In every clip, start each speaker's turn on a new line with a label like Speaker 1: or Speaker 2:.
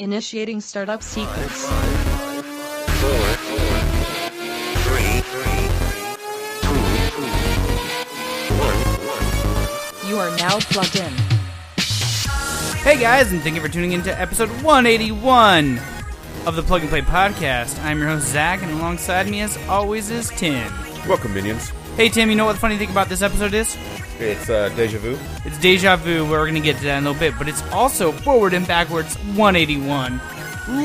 Speaker 1: Initiating startup sequence.
Speaker 2: four, three, two, one.
Speaker 1: You are now plugged in.
Speaker 3: Hey guys, and thank you for tuning in to episode 181 of the Plug and Play Podcast. I'm your host, Zach, and alongside me, as always, is Tim.
Speaker 4: Welcome, minions.
Speaker 3: Hey Tim, you know what the funny thing about this episode is?
Speaker 4: It's uh, Deja Vu.
Speaker 3: It's deja vu, where we're going to get to that in a little bit, but it's also forward and backwards 181.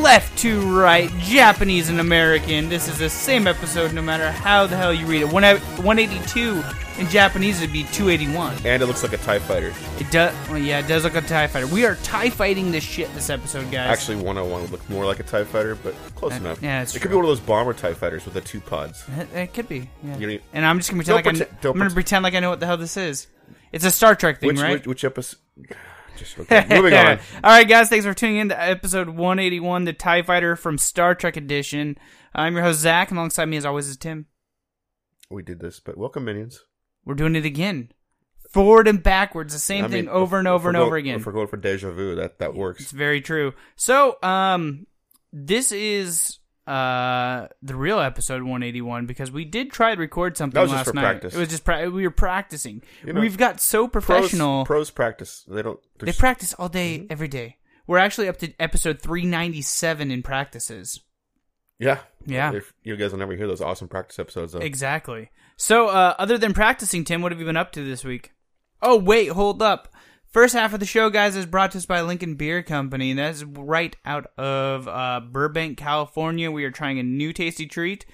Speaker 3: Left to right, Japanese and American. This is the same episode no matter how the hell you read it. One- 182 in Japanese would be 281.
Speaker 4: And it looks like a TIE fighter.
Speaker 3: It does, well, yeah, it does look like a TIE fighter. We are TIE fighting this shit this episode, guys.
Speaker 4: Actually, 101 would look more like a TIE fighter, but close enough.
Speaker 3: yeah, it's
Speaker 4: it could
Speaker 3: true.
Speaker 4: be one of those bomber TIE fighters with the two pods.
Speaker 3: It, it could be. Yeah.
Speaker 4: You don't-
Speaker 3: and I'm just gonna pretend like
Speaker 4: Don't
Speaker 3: I,
Speaker 4: pretend- don't
Speaker 3: am gonna
Speaker 4: pretend.
Speaker 3: pretend like I know what the hell this is. It's a Star Trek thing,
Speaker 4: Which,
Speaker 3: right?
Speaker 4: which, which episode? Just okay. Moving on.
Speaker 3: All right, guys, thanks for tuning in to episode 181, the Tie Fighter from Star Trek Edition. I'm your host Zach, and alongside me, as always, is Tim.
Speaker 4: We did this, but welcome, minions.
Speaker 3: We're doing it again, forward and backwards, the same
Speaker 4: I
Speaker 3: thing
Speaker 4: mean,
Speaker 3: over
Speaker 4: if-
Speaker 3: and
Speaker 4: if
Speaker 3: over
Speaker 4: we're
Speaker 3: and
Speaker 4: go-
Speaker 3: over again.
Speaker 4: If we're going for Deja Vu, that, that
Speaker 3: It's
Speaker 4: works.
Speaker 3: very true. So, um, this is uh the real episode 181 because we did try to record something
Speaker 4: That was
Speaker 3: last
Speaker 4: just for
Speaker 3: night.
Speaker 4: practice.
Speaker 3: It was just pra- we were practicing.
Speaker 4: You know,
Speaker 3: We've got so professional.
Speaker 4: Pros, pros practice. They don't. they're
Speaker 3: They
Speaker 4: s-
Speaker 3: practice all day,
Speaker 4: Mm-hmm.
Speaker 3: every day. We're actually up to episode 397 in practices.
Speaker 4: yeah.
Speaker 3: Yeah.
Speaker 4: If- you guys will never hear those awesome practice episodes, though.
Speaker 3: Exactly. So, uh, other than practicing, Tim, what have you been up to this week? Oh, wait, hold up. First half of the show, guys, is brought to us by Lincoln Beer Company, and that is right out of uh, Burbank, California. We are trying a new tasty treat.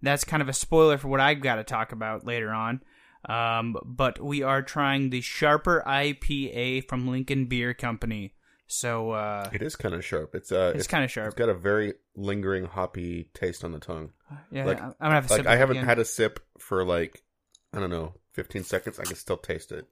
Speaker 3: That's kind of a spoiler for what I've got to talk about later on. Um, but we are trying the Sharper IPA from Lincoln Beer Company. So, uh,
Speaker 4: It is kind of sharp. It's uh,
Speaker 3: It's kinda sharp.
Speaker 4: It's got a very lingering hoppy taste on the tongue.
Speaker 3: yeah,
Speaker 4: like-
Speaker 3: I'm going to have a
Speaker 4: like
Speaker 3: sip
Speaker 4: I haven't
Speaker 3: had
Speaker 4: had a sip for like I don't know, fifteen seconds. I can still taste it.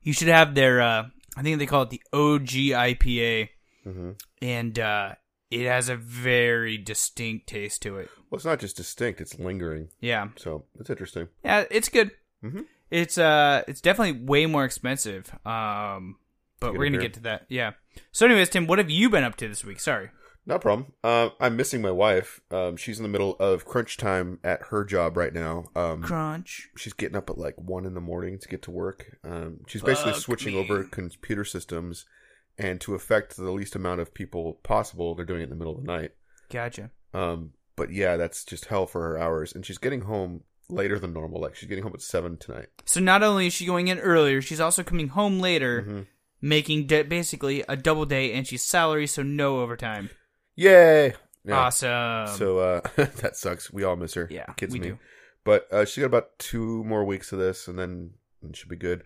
Speaker 3: You should have their. Uh, I think they call it the OG IPA,
Speaker 4: Mm-hmm.
Speaker 3: and uh, it has a very distinct taste to it.
Speaker 4: Well, it's not just distinct; it's lingering.
Speaker 3: Yeah,
Speaker 4: So it's interesting.
Speaker 3: yeah, it's good.
Speaker 4: Mhm.
Speaker 3: It's uh, it's definitely way more expensive. Um, but
Speaker 4: Good
Speaker 3: we're gonna
Speaker 4: beer.
Speaker 3: get to that. Yeah. So, anyways, Tim, what have you been up to this week? Sorry.
Speaker 4: No problem. Um, I'm missing my wife. Um, she's in the middle of crunch time at her job right now. Um,
Speaker 3: Crunch.
Speaker 4: she's getting up at like one in the morning to get to work. Um, she's basically
Speaker 3: Fuck
Speaker 4: switching
Speaker 3: me.
Speaker 4: over computer systems, and to affect the least amount of people possible, they're doing it in the middle of the night.
Speaker 3: Gotcha.
Speaker 4: Um, but yeah, that's just hell for her hours, and she's getting home later than normal. Like she's getting home at seven tonight.
Speaker 3: So not only is she going in earlier, she's also coming home later,
Speaker 4: Mm-hmm.
Speaker 3: making de- basically a double day, and she's salary, so no overtime.
Speaker 4: Yay! Yeah.
Speaker 3: Awesome.
Speaker 4: So uh, that sucks. We all miss her.
Speaker 3: Yeah,
Speaker 4: kids
Speaker 3: we
Speaker 4: me.
Speaker 3: do.
Speaker 4: But uh, she got about two more weeks of this, and then it should be good.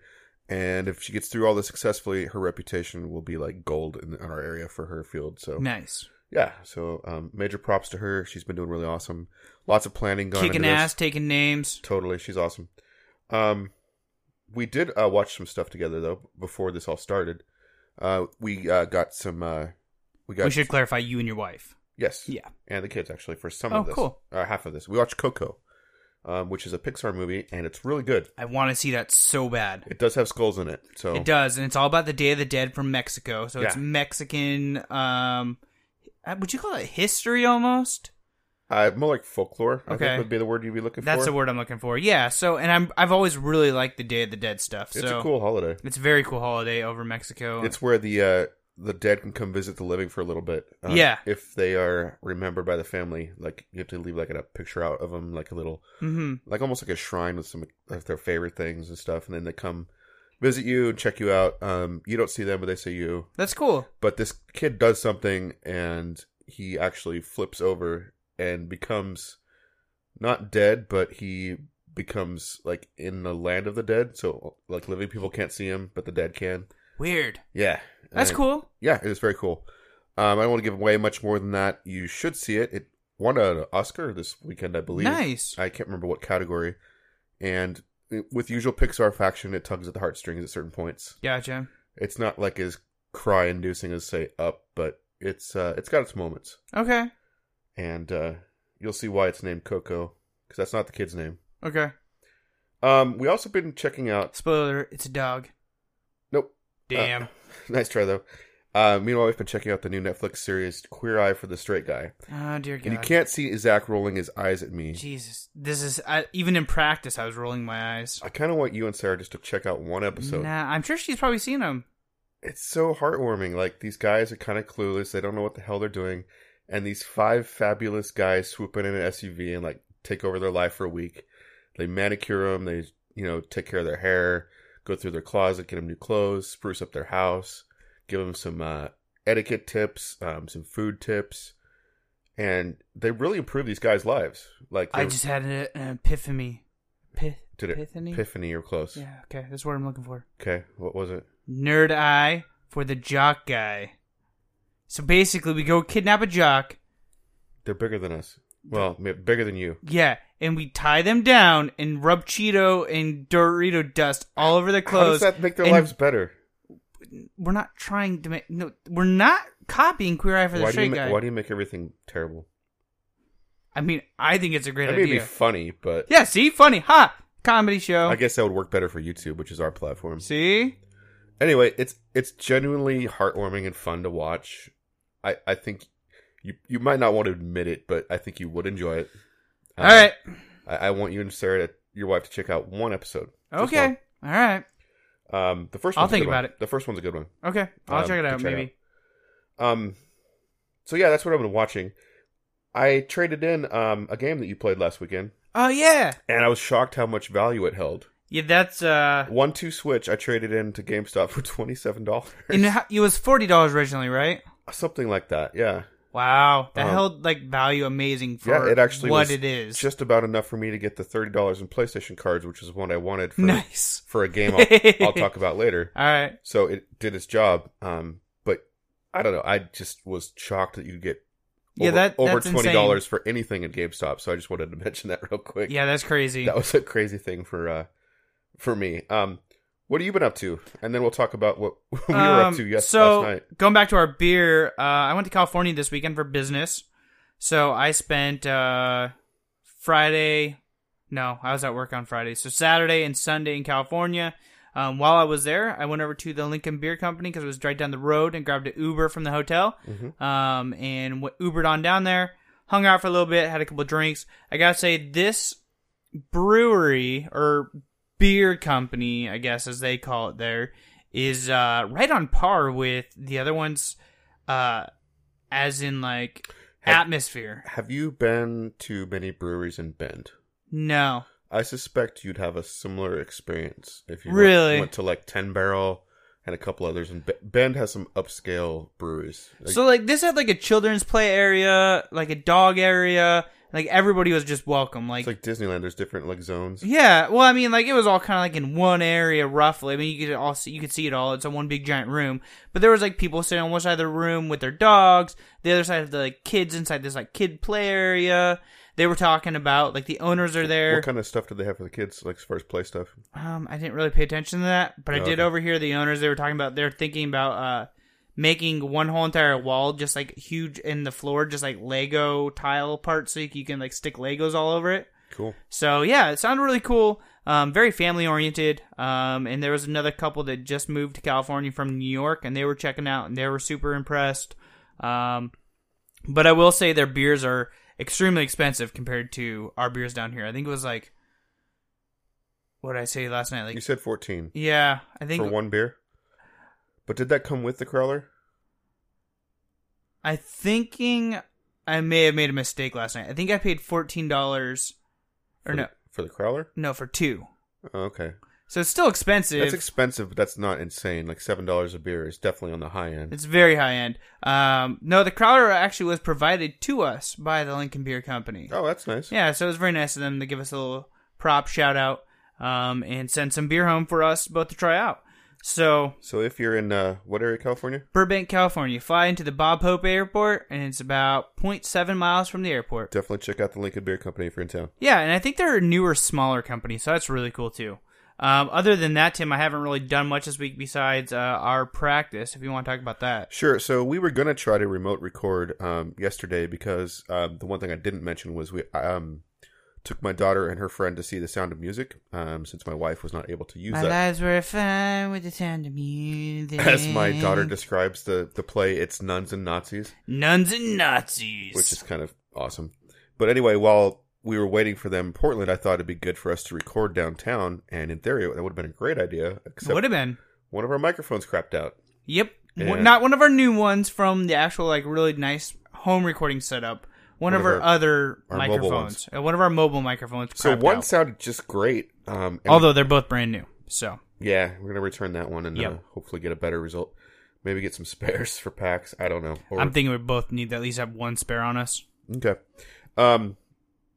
Speaker 4: And if she gets through all this successfully, her reputation will be like gold in, in our area for her field. So
Speaker 3: nice.
Speaker 4: yeah, so um, major props to her. She's been doing really awesome. Lots of planning going.
Speaker 3: kicking
Speaker 4: into this.
Speaker 3: ass, taking names.
Speaker 4: Totally, she's awesome. Um, we did uh, watch some stuff together though before this all started. Uh, we uh, got some. Uh, we got
Speaker 3: We should clarify you and your wife.
Speaker 4: yes,
Speaker 3: Yeah.
Speaker 4: and the kids actually for some
Speaker 3: Oh,
Speaker 4: of this,
Speaker 3: cool.
Speaker 4: uh, half of this. We watched Coco, um, which is a Pixar movie, and it's really good.
Speaker 3: I want to see that so bad.
Speaker 4: It does have skulls in it, so
Speaker 3: It does, and it's all about the Day of the Dead from Mexico. So it's
Speaker 4: Yeah.
Speaker 3: Mexican. Um, uh, would you call it history almost?
Speaker 4: uh, more like folklore. I
Speaker 3: Okay.
Speaker 4: think would be the word you'd be looking
Speaker 3: That's
Speaker 4: for.
Speaker 3: the word I'm looking for. Yeah. So, and I'm I've always really liked the Day of the Dead stuff.
Speaker 4: It's
Speaker 3: so
Speaker 4: a cool holiday.
Speaker 3: It's a very cool holiday over Mexico.
Speaker 4: It's where the uh, the dead can come visit the living for a little bit. Uh,
Speaker 3: Yeah.
Speaker 4: if they are remembered by the family, like you have to leave like a picture out of them, like a little
Speaker 3: hmm
Speaker 4: like almost like a shrine with some of their favorite things and stuff, and then they come visit you and check you out. Um, you don't see them, but they see you.
Speaker 3: That's cool.
Speaker 4: But this kid does something, and he actually flips over and becomes not dead, but he becomes like in the land of the dead. So like living people can't see him, but the dead can.
Speaker 3: Weird.
Speaker 4: Yeah,
Speaker 3: That's
Speaker 4: And-
Speaker 3: cool.
Speaker 4: Yeah, it is very cool. Um, I don't want to give away much more than that. You should see it. It won an Oscar this weekend, I believe.
Speaker 3: Nice.
Speaker 4: I can't remember what category. And it- with usual Pixar faction, it tugs at the heartstrings at certain points.
Speaker 3: Gotcha.
Speaker 4: It's not like as cry-inducing as say Up, but it's uh, it's got its moments,
Speaker 3: Okay.
Speaker 4: and uh, you'll see why it's named Coco because that's not the kid's name.
Speaker 3: Okay.
Speaker 4: Um, we also been checking out.
Speaker 3: Spoiler: It's a dog.
Speaker 4: Nope.
Speaker 3: Damn.
Speaker 4: Uh, nice try though. Uh, meanwhile, I've been checking out the new Netflix series Queer Eye for the Straight Guy,
Speaker 3: Oh dear God.
Speaker 4: and you can't see Zach rolling his eyes at me.
Speaker 3: Jesus, this is I, even in practice. I was rolling my eyes.
Speaker 4: I kind of want you and Sarah just to check out one episode.
Speaker 3: nah, I'm sure she's probably seen them.
Speaker 4: It's so heartwarming. Like these guys are kind of clueless; they don't know what the hell they're doing, and these five fabulous guys swoop in in an SUV and like take over their life for a week. They manicure them. They you know take care of their hair, go through their closet, get them new clothes, spruce up their house, give them some uh, etiquette tips, um, some food tips, and they really improve these guys' lives. Like
Speaker 3: I
Speaker 4: they-
Speaker 3: just had an, an epiphany. Pith-
Speaker 4: did it.
Speaker 3: epiphany?
Speaker 4: Epiphany, you're close.
Speaker 3: Yeah, okay, that's what I'm looking for.
Speaker 4: Okay, what was it?
Speaker 3: Nerd eye for the jock guy. So basically, we go kidnap a jock.
Speaker 4: They're bigger than us. Well, ma- bigger than you.
Speaker 3: Yeah, and we tie them down and rub Cheeto and Dorito dust all over their
Speaker 4: How does
Speaker 3: clothes.
Speaker 4: that make their
Speaker 3: and
Speaker 4: lives better?
Speaker 3: We're not trying to make no. We're not copying Queer Eye for the
Speaker 4: Why do, you
Speaker 3: Straight
Speaker 4: ma-
Speaker 3: Guy.
Speaker 4: why do you make everything terrible?
Speaker 3: I mean, I think it's a great
Speaker 4: I mean, it'd be
Speaker 3: idea.
Speaker 4: funny, but
Speaker 3: Yeah, see, funny, ha, comedy show.
Speaker 4: I guess that would work better for YouTube, which is our platform.
Speaker 3: See,
Speaker 4: Anyway, it's it's genuinely heartwarming and fun to watch. I, I think you you might not want to admit it, but I think you would enjoy it. Uh, Um,
Speaker 3: all right,
Speaker 4: I, I want you and Sarah, to, your wife, to check out one episode. Just
Speaker 3: okay, all right,
Speaker 4: one. Um, the first.
Speaker 3: I'll
Speaker 4: one's a
Speaker 3: think
Speaker 4: good
Speaker 3: about
Speaker 4: one.
Speaker 3: it.
Speaker 4: The first one's a good one.
Speaker 3: okay. I'll
Speaker 4: Um,
Speaker 3: check it
Speaker 4: to
Speaker 3: out.
Speaker 4: check
Speaker 3: maybe.
Speaker 4: Um, so yeah, that's what I've been watching. I traded in um a game that you played last weekend,
Speaker 3: Oh yeah,
Speaker 4: and I was shocked how much value it held.
Speaker 3: yeah. That's uh,
Speaker 4: One two switch I traded into GameStop for twenty seven dollars.
Speaker 3: and it it was forty dollars originally, right?
Speaker 4: Something like that, yeah.
Speaker 3: Wow, that
Speaker 4: Um,
Speaker 3: held like value amazing for
Speaker 4: yeah, it actually
Speaker 3: what
Speaker 4: was
Speaker 3: it is.
Speaker 4: Just about enough for me to get the thirty dollars in PlayStation cards, which is what I wanted for
Speaker 3: nice.
Speaker 4: for a game I'll, I'll talk about later.
Speaker 3: All right,
Speaker 4: So it did its job. Um but I don't know, I just was shocked that you could get over,
Speaker 3: yeah, that
Speaker 4: over
Speaker 3: that's
Speaker 4: twenty
Speaker 3: insane.
Speaker 4: dollars for anything at GameStop, so I just wanted to mention that real quick.
Speaker 3: Yeah, that's crazy.
Speaker 4: That was a crazy thing for uh for me. Um what have you been up to? And then we'll talk about what we were up
Speaker 3: Um,
Speaker 4: to yes
Speaker 3: so
Speaker 4: last night.
Speaker 3: going back to our beer, uh, I went to California this weekend for business. So I spent uh, Friday. No, I was at work on Friday. So Saturday and Sunday in California. Um, while I was there, I went over to the Lincoln Beer Company because it was right down the road and grabbed an Uber from the hotel.
Speaker 4: Mm-hmm.
Speaker 3: Um, and w- Ubered on down there, hung out for a little bit, had a couple drinks. I gotta say, this brewery or beer company, I guess as they call it there, is uh, right on par with the other ones, uh, as in like
Speaker 4: Have-
Speaker 3: atmosphere.
Speaker 4: Have you been to many breweries in Bend?
Speaker 3: No,
Speaker 4: I suspect you'd have a similar experience if you
Speaker 3: Really?
Speaker 4: went, went to like Ten Barrel and a couple others. And Be- Bend has some upscale breweries. Like,
Speaker 3: so like this had like a children's play area, like a dog area. Like everybody was just welcome. Like,
Speaker 4: it's like Disneyland. There's different like zones.
Speaker 3: yeah, well, I mean, like it was all kind of like in one area roughly. I mean, you could all see, you could see it all. It's a one big giant room, but there was like people sitting on one side of the room with their dogs. The other side of the like, kids inside this like kid play area. They were talking about like the owners are there.
Speaker 4: What kind of stuff do they have for the kids? Like as far as play stuff.
Speaker 3: Um, I didn't really pay attention to that, but I
Speaker 4: Oh,
Speaker 3: did
Speaker 4: okay.
Speaker 3: overhear the owners. They were talking about they're thinking about uh making one whole entire wall just like huge in the floor, just like Lego tile parts, so you can like stick Legos all over it.
Speaker 4: Cool.
Speaker 3: So yeah, it sounded really cool. Um, very family oriented. Um, and there was another couple that just moved to California from New York, and they were checking out, and they were super impressed. Um, but I will say their beers are extremely expensive compared to our beers down here. I think it was like, what did I say last night? Like
Speaker 4: You said fourteen
Speaker 3: yeah, I
Speaker 4: for
Speaker 3: think
Speaker 4: one beer. But did that come with the crawler?
Speaker 3: I thinking I may have made a mistake last night. I think I paid fourteen dollars,
Speaker 4: For
Speaker 3: or no,
Speaker 4: the- for the crawler.
Speaker 3: no for two.
Speaker 4: Oh, okay,
Speaker 3: So it's still expensive.
Speaker 4: that's expensive, but that's not insane. Like seven dollars a beer is definitely on the high end.
Speaker 3: it's very high end. Um, no, the Crowler actually was provided to us by the Lincoln Beer Company.
Speaker 4: Oh, that's nice.
Speaker 3: Yeah, so it was very nice of them to give us a little prop shout out um, and send some beer home for us both to try out. So
Speaker 4: So if you're in uh, what area, of California?
Speaker 3: Burbank, California, you fly into the Bob Hope Airport, and it's about 0.7 miles from the airport.
Speaker 4: Definitely check out the Lincoln Beer Company if you're in town.
Speaker 3: Yeah, and I think they're a newer, smaller company, so that's really cool too. Um, other than that, Tim, I haven't really done much this week besides uh, our practice. If you want to talk about that,
Speaker 4: Sure. So we were gonna try to remote record um, yesterday because um, the one thing I didn't mention was we um, Took my daughter and her friend to see The Sound of Music, um, since my wife was not able to use
Speaker 3: My
Speaker 4: that.
Speaker 3: lives were fun with the sound of music.
Speaker 4: As my daughter describes the the play, it's nuns and Nazis.
Speaker 3: Nuns and Nazis.
Speaker 4: which is kind of awesome. But anyway, while we were waiting for them in Portland, I thought it'd be good for us to record downtown, and in theory, that would have been a great idea. Except
Speaker 3: would have been.
Speaker 4: one of our microphones crapped out.
Speaker 3: Yep. W-
Speaker 4: Yeah.
Speaker 3: Not one of our new ones from the actual like really nice home recording setup. One, of, our, other
Speaker 4: our mobile
Speaker 3: microphones. Uh, One of our mobile microphones.
Speaker 4: So
Speaker 3: crapped
Speaker 4: one
Speaker 3: out.
Speaker 4: sounded just great. Um, and-
Speaker 3: although they're both brand new. So
Speaker 4: yeah, we're gonna return that one and uh,
Speaker 3: Yep.
Speaker 4: hopefully get a better result. Maybe get some spares for packs. I don't know. Or-
Speaker 3: I'm thinking we both need to at least have one spare on us.
Speaker 4: Okay. Um,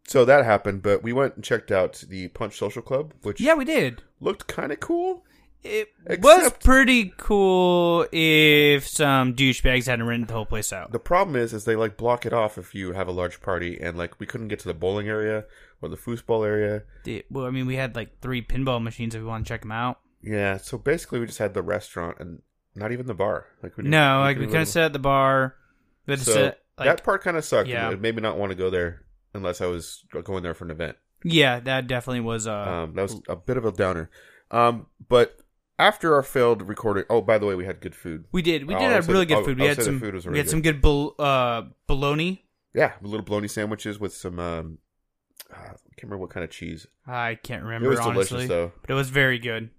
Speaker 4: so that happened, but we went and checked out the Punch Social Club, which
Speaker 3: Yeah, we did.
Speaker 4: looked kind of cool.
Speaker 3: It was
Speaker 4: Except-
Speaker 3: pretty cool if some douchebags hadn't rented the whole place out.
Speaker 4: The problem is, is they like block it off if you have a large party, and like we couldn't get to the bowling area or the foosball area.
Speaker 3: It- well, I mean, we had like three pinball machines if you want to check them out.
Speaker 4: Yeah, so basically we just had the restaurant and not even the bar. Like we didn't-
Speaker 3: No, like we
Speaker 4: didn't
Speaker 3: could
Speaker 4: really-
Speaker 3: have sat at the bar. But
Speaker 4: So
Speaker 3: sit, like,
Speaker 4: that part kind of sucked.
Speaker 3: Yeah.
Speaker 4: It made me not want to go there unless I was uh, going there for an event.
Speaker 3: yeah, that definitely was. Uh,
Speaker 4: Um, that was a bit of a downer. Um, but after our failed recording, oh by the way, we had good food.
Speaker 3: we did. We
Speaker 4: I'll
Speaker 3: did have
Speaker 4: say
Speaker 3: really
Speaker 4: the-
Speaker 3: good
Speaker 4: I'll-
Speaker 3: food.
Speaker 4: I'll
Speaker 3: We had
Speaker 4: say oh, the
Speaker 3: some.
Speaker 4: food was
Speaker 3: we
Speaker 4: really
Speaker 3: had some good bol- uh, bologna.
Speaker 4: Yeah, little bologna sandwiches with some. Um, uh, I can't remember what kind of cheese,
Speaker 3: I can't remember
Speaker 4: was delicious,
Speaker 3: honestly,
Speaker 4: though.
Speaker 3: but it was very good.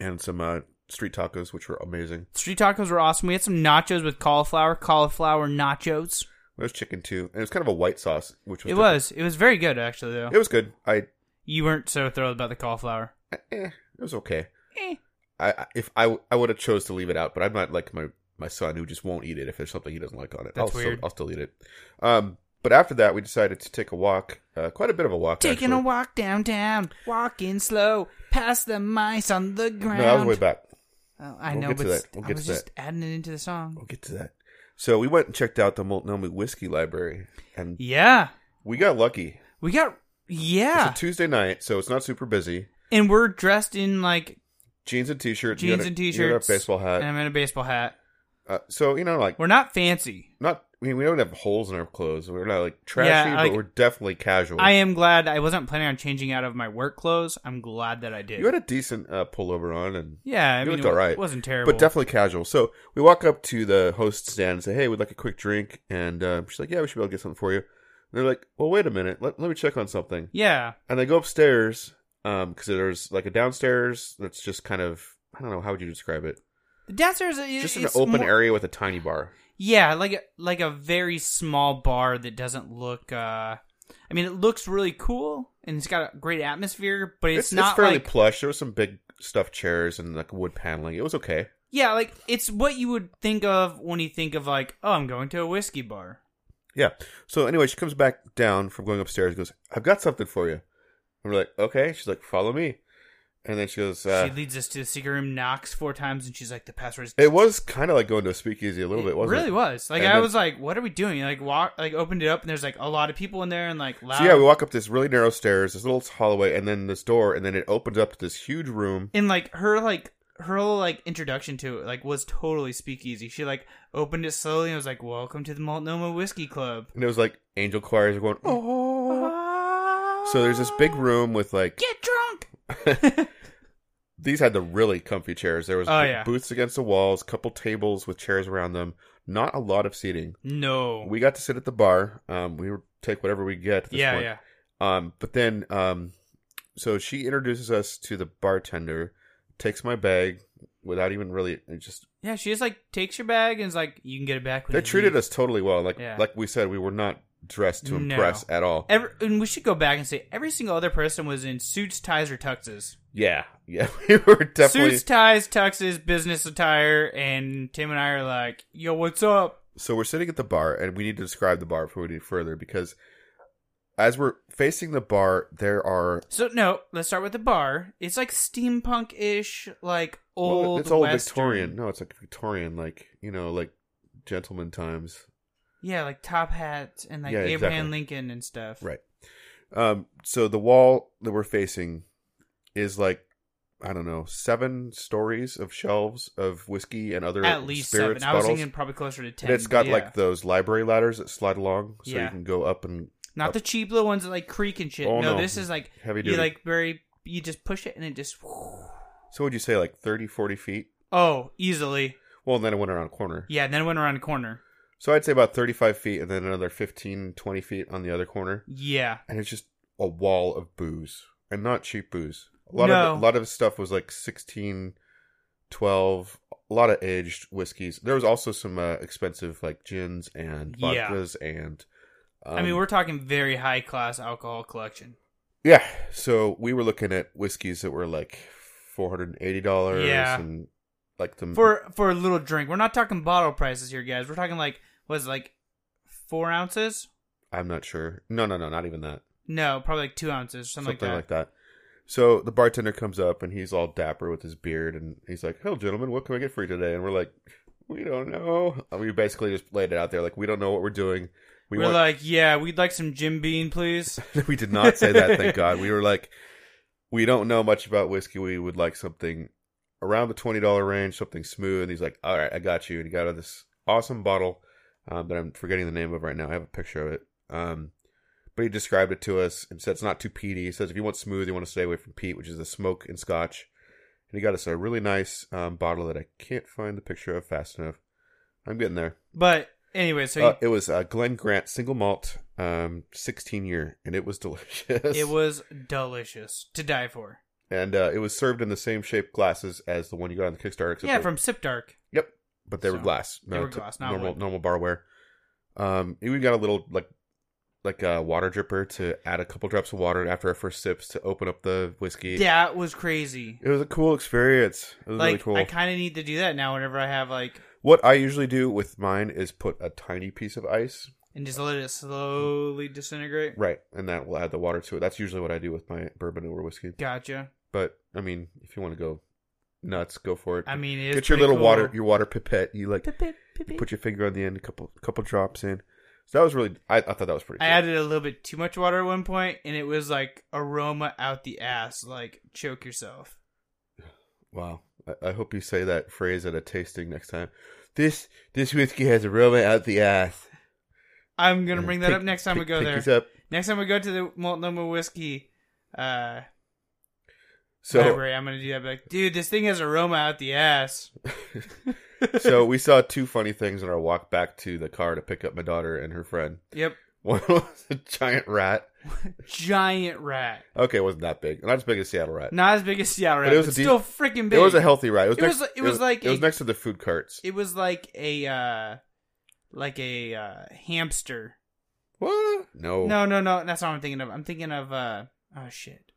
Speaker 4: and some uh, street tacos, which were amazing.
Speaker 3: Street tacos were awesome. We had some nachos with cauliflower, cauliflower nachos.
Speaker 4: It was chicken too, and it was kind of a white sauce, which was
Speaker 3: It
Speaker 4: different.
Speaker 3: was. It was very good actually though.
Speaker 4: it was good. I
Speaker 3: You weren't so thrilled about the cauliflower.
Speaker 4: eh, it was okay.
Speaker 3: Eh.
Speaker 4: I I if I I would have chose to leave it out, but I'm not like my my son who just won't eat it if there's something he doesn't like on it.
Speaker 3: That's
Speaker 4: I'll
Speaker 3: weird.
Speaker 4: Still, I'll still eat it. Um, but after that, we decided to take a walk, uh, quite a bit of a walk.
Speaker 3: Taking
Speaker 4: actually.
Speaker 3: a walk downtown, walking slow, past the mice on the ground.
Speaker 4: No, that was way back.
Speaker 3: Oh, I
Speaker 4: We'll
Speaker 3: know,
Speaker 4: get to
Speaker 3: but
Speaker 4: that.
Speaker 3: st-
Speaker 4: We'll
Speaker 3: I
Speaker 4: get
Speaker 3: was
Speaker 4: to
Speaker 3: just adding it into the song.
Speaker 4: We'll get to that. So we went and checked out the Multnomah Whiskey Library, and
Speaker 3: Yeah,
Speaker 4: we got lucky.
Speaker 3: we got yeah,
Speaker 4: It's a Tuesday night, so it's not super busy.
Speaker 3: and we're dressed in like
Speaker 4: Jeans and t-shirt, you
Speaker 3: jeans
Speaker 4: got a-
Speaker 3: and
Speaker 4: you got
Speaker 3: t-shirts,
Speaker 4: a baseball
Speaker 3: and
Speaker 4: hat.
Speaker 3: I'm in a baseball hat.
Speaker 4: Uh, so you know, like
Speaker 3: We're not fancy.
Speaker 4: not I mean we don't have holes in our clothes. We're not like trashy,
Speaker 3: Yeah, like-
Speaker 4: but we're definitely casual.
Speaker 3: I am glad I wasn't planning on changing out of my work clothes. I'm glad that I did.
Speaker 4: you had a decent uh, pullover on and
Speaker 3: yeah, I
Speaker 4: you
Speaker 3: mean,
Speaker 4: looked
Speaker 3: it wa-
Speaker 4: all right.
Speaker 3: wasn't terrible,
Speaker 4: but definitely casual. So we walk up to the host stand and say, "Hey, we'd like a quick drink." And uh, she's like, "Yeah, we should be able to get something for you." And they're like, "Well, wait a minute. Let, let me check on something."
Speaker 3: Yeah,
Speaker 4: And they go upstairs because there's like a downstairs that's just kind of I don't know how would you describe it?
Speaker 3: the downstairs is
Speaker 4: Just an
Speaker 3: it's
Speaker 4: open
Speaker 3: more-
Speaker 4: area with a tiny bar.
Speaker 3: Yeah, like a, like a very small bar that doesn't look. uh I mean, it looks really cool and it's got a great atmosphere, but it's,
Speaker 4: It's, it's,
Speaker 3: not
Speaker 4: fairly
Speaker 3: like
Speaker 4: plush. There was some big stuffed chairs and like wood paneling. It was okay.
Speaker 3: yeah, like it's what you would think of when you think of like, oh, I'm going to a whiskey bar.
Speaker 4: Yeah. So anyway, she comes back down from going upstairs. and Goes, I've got something for you. And we're like, okay. She's like, follow me. And then she goes, uh,
Speaker 3: she leads us to the secret room, knocks four times, and she's like, the password is.
Speaker 4: it was kind of like going to a speakeasy a little bit, wasn't it?
Speaker 3: really was. Like
Speaker 4: And
Speaker 3: I
Speaker 4: then-
Speaker 3: was like, what are we doing? Like walk, like opened it up, and there's like a lot of people in there, and like loud.
Speaker 4: So yeah, we walk up this really narrow stairs, this little hallway, and then this door, and then it opens up to this huge room.
Speaker 3: and like her like her little, like introduction to it like was totally speakeasy. She like opened it slowly and was like, "Welcome to the Multnomah Whiskey Club."
Speaker 4: And it was like angel choirs are going, oh. So there's this big room with like
Speaker 3: Get drunk.
Speaker 4: these had the really comfy chairs. There was
Speaker 3: Oh, yeah.
Speaker 4: booths against the walls, couple tables with chairs around them. Not a lot of seating.
Speaker 3: No.
Speaker 4: We got to sit at the bar. Um, we were take whatever we get. At this
Speaker 3: yeah,
Speaker 4: point.
Speaker 3: yeah.
Speaker 4: Um, but then, um, so she introduces us to the bartender, takes my bag without even really it just.
Speaker 3: Yeah, she just like takes your bag and is like, "You can get it back." When
Speaker 4: They
Speaker 3: you
Speaker 4: treated
Speaker 3: leave."
Speaker 4: us totally well. Like
Speaker 3: Yeah.
Speaker 4: like we said, we were not dressed to
Speaker 3: No.
Speaker 4: impress at all.
Speaker 3: Every, and we should go back and say every single other person was in suits, ties, or tuxes.
Speaker 4: yeah, yeah, we were definitely.
Speaker 3: Suits, ties, tuxes, business attire, and Tim and I are like, "Yo, what's up?"
Speaker 4: so we're sitting at the bar, and we need to describe the bar before we do further because as we're facing the bar, there are
Speaker 3: So no, let's start with the bar. It's like steampunk ish, like old.
Speaker 4: Well, it's old
Speaker 3: Western.
Speaker 4: Victorian. No, it's like Victorian, like you know, like gentleman times.
Speaker 3: Yeah, like top hats and like
Speaker 4: Yeah,
Speaker 3: Abraham
Speaker 4: exactly.
Speaker 3: Lincoln and stuff.
Speaker 4: Right. Um. So the wall that we're facing is like I don't know seven stories of shelves of whiskey and other
Speaker 3: At least seven.
Speaker 4: spirits
Speaker 3: I was
Speaker 4: bottles.
Speaker 3: thinking probably closer to ten.
Speaker 4: and it's got
Speaker 3: but yeah.
Speaker 4: like those library ladders that slide along, so
Speaker 3: Yeah.
Speaker 4: you can go up and
Speaker 3: Not the cheap little ones that like creak and shit.
Speaker 4: Oh,
Speaker 3: no,
Speaker 4: no.
Speaker 3: this is like
Speaker 4: Heavy
Speaker 3: you
Speaker 4: duty.
Speaker 3: like very you just push it and it just
Speaker 4: So would you say like 30, 40 feet?
Speaker 3: oh easily
Speaker 4: Well, and then it went around a corner.
Speaker 3: yeah. And then it went around a corner.
Speaker 4: So I'd say about 35 feet and then another 15, 20 feet on the other corner.
Speaker 3: Yeah,
Speaker 4: And it's just a wall of booze and not cheap booze. A lot
Speaker 3: No.
Speaker 4: of a lot of stuff was like 16, 12, a lot of aged whiskeys. There was also some uh, expensive like gins and
Speaker 3: Yeah.
Speaker 4: vodkas and um,
Speaker 3: I mean we're talking very high class alcohol collection.
Speaker 4: Yeah. So we were looking at whiskeys that were like $480
Speaker 3: Yeah.
Speaker 4: and like the
Speaker 3: for for a little drink. We're not talking bottle prices here, guys. We're talking like was like four ounces?
Speaker 4: I'm not sure. No, no, no, not even that.
Speaker 3: No, probably like two ounces, something,
Speaker 4: Something, like, that.
Speaker 3: like that.
Speaker 4: So the bartender comes up and he's all dapper with his beard and he's like, "Hello, gentlemen, what can I get for you today?" And we're like, "We don't know." And we basically just laid it out there, like we don't know what we're doing. We
Speaker 3: We're
Speaker 4: want-
Speaker 3: like, yeah, we'd like some Jim Bean, please.
Speaker 4: we did not say that. Thank God. We were like, "We don't know much about whiskey. We would like something around the twenty dollar range, something smooth." And he's like, "All right, I got you." And he got out this awesome bottle um, that I'm forgetting the name of right now. I have a picture of it. Um, but he described it to us and said it's not too peaty. He says if you want smooth, you want to stay away from peat, which is the smoke and scotch. And he got us a really nice um, bottle that I can't find the picture of fast enough. I'm getting there.
Speaker 3: But anyway, so
Speaker 4: Uh, it was uh, Glen Grant single malt, um, 16 year, and it was delicious.
Speaker 3: it was delicious to die for.
Speaker 4: and uh, it was served in the same shaped glasses as the one you got on the Kickstarter. except
Speaker 3: Yeah,
Speaker 4: they-
Speaker 3: from Sip Dark.
Speaker 4: Yep, but they were
Speaker 3: So,
Speaker 4: glass.
Speaker 3: they were
Speaker 4: t-
Speaker 3: glass, not
Speaker 4: normal
Speaker 3: wood.
Speaker 4: normal barware. Um, and we got a little like like a water dripper to add a couple drops of water after our first sips to open up the whiskey.
Speaker 3: That was crazy.
Speaker 4: It was a cool experience. It was
Speaker 3: Like
Speaker 4: really cool.
Speaker 3: I kind of need to do that now whenever I have like
Speaker 4: what I usually do with mine is put a tiny piece of ice
Speaker 3: and just let it slowly disintegrate.
Speaker 4: right, and that will add the water to it. That's usually what I do with my bourbon or whiskey.
Speaker 3: Gotcha.
Speaker 4: But I mean, if you want to go nuts, go for it.
Speaker 3: I mean, it's
Speaker 4: get your little water, your water pipette. You like you
Speaker 3: Put
Speaker 4: put your finger on the end, a couple couple drops in. So that was really. I, I thought that was pretty.
Speaker 3: I
Speaker 4: cool.
Speaker 3: added a little bit too much water at one point, and it was like aroma out the ass, like choke yourself.
Speaker 4: Wow. I, I hope you say that phrase at a tasting next time. This this whiskey has aroma out the ass.
Speaker 3: I'm gonna bring that
Speaker 4: Pick-
Speaker 3: up next time we
Speaker 4: pick-
Speaker 3: go
Speaker 4: pick
Speaker 3: there.
Speaker 4: these up.
Speaker 3: Next time we go to the Multnomah whiskey uh,
Speaker 4: So
Speaker 3: library, I'm gonna do that. Be like, dude, this thing has aroma out the ass.
Speaker 4: so we saw two funny things on our walk back to the car to pick up my daughter and her friend.
Speaker 3: Yep,
Speaker 4: One was a giant rat.
Speaker 3: giant rat,
Speaker 4: Okay, it wasn't that big. Not as big as Seattle rat.
Speaker 3: not as big as Seattle rat,
Speaker 4: But
Speaker 3: but,
Speaker 4: it was a de-
Speaker 3: still freaking big.
Speaker 4: It was a healthy ride. It was,
Speaker 3: It
Speaker 4: next,
Speaker 3: was- it was like
Speaker 4: it was
Speaker 3: a-
Speaker 4: next to the food carts.
Speaker 3: It was like a uh, like a uh, hamster.
Speaker 4: What? No,
Speaker 3: No, no, no, that's not what I'm thinking of. I'm thinking of uh, oh shit.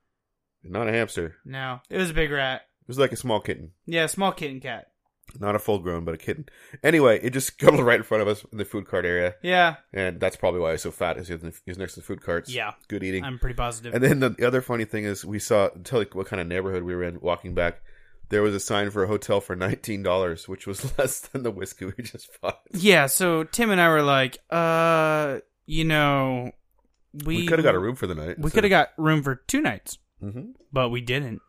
Speaker 4: not a hamster. It
Speaker 3: No, it was a big rat.
Speaker 4: was like a small kitten,
Speaker 3: Yeah, small kitten cat.
Speaker 4: not a full grown, but a kitten. Anyway, it just scuttled right in front of us in the food cart area,
Speaker 3: Yeah, and
Speaker 4: and that's probably why he's so fat. Is he was next to the food carts?
Speaker 3: Yeah.
Speaker 4: good eating.
Speaker 3: I'm pretty positive.
Speaker 4: and then the, the other funny thing is, we saw tell like what kind of neighborhood we were in walking back. There was a sign for a hotel for nineteen dollars, which was less than the whiskey we just bought.
Speaker 3: yeah, so Tim and I were like, uh, you know, we
Speaker 4: We, could have got a room for the night.
Speaker 3: We could have got room for two nights,
Speaker 4: hmm
Speaker 3: but we didn't.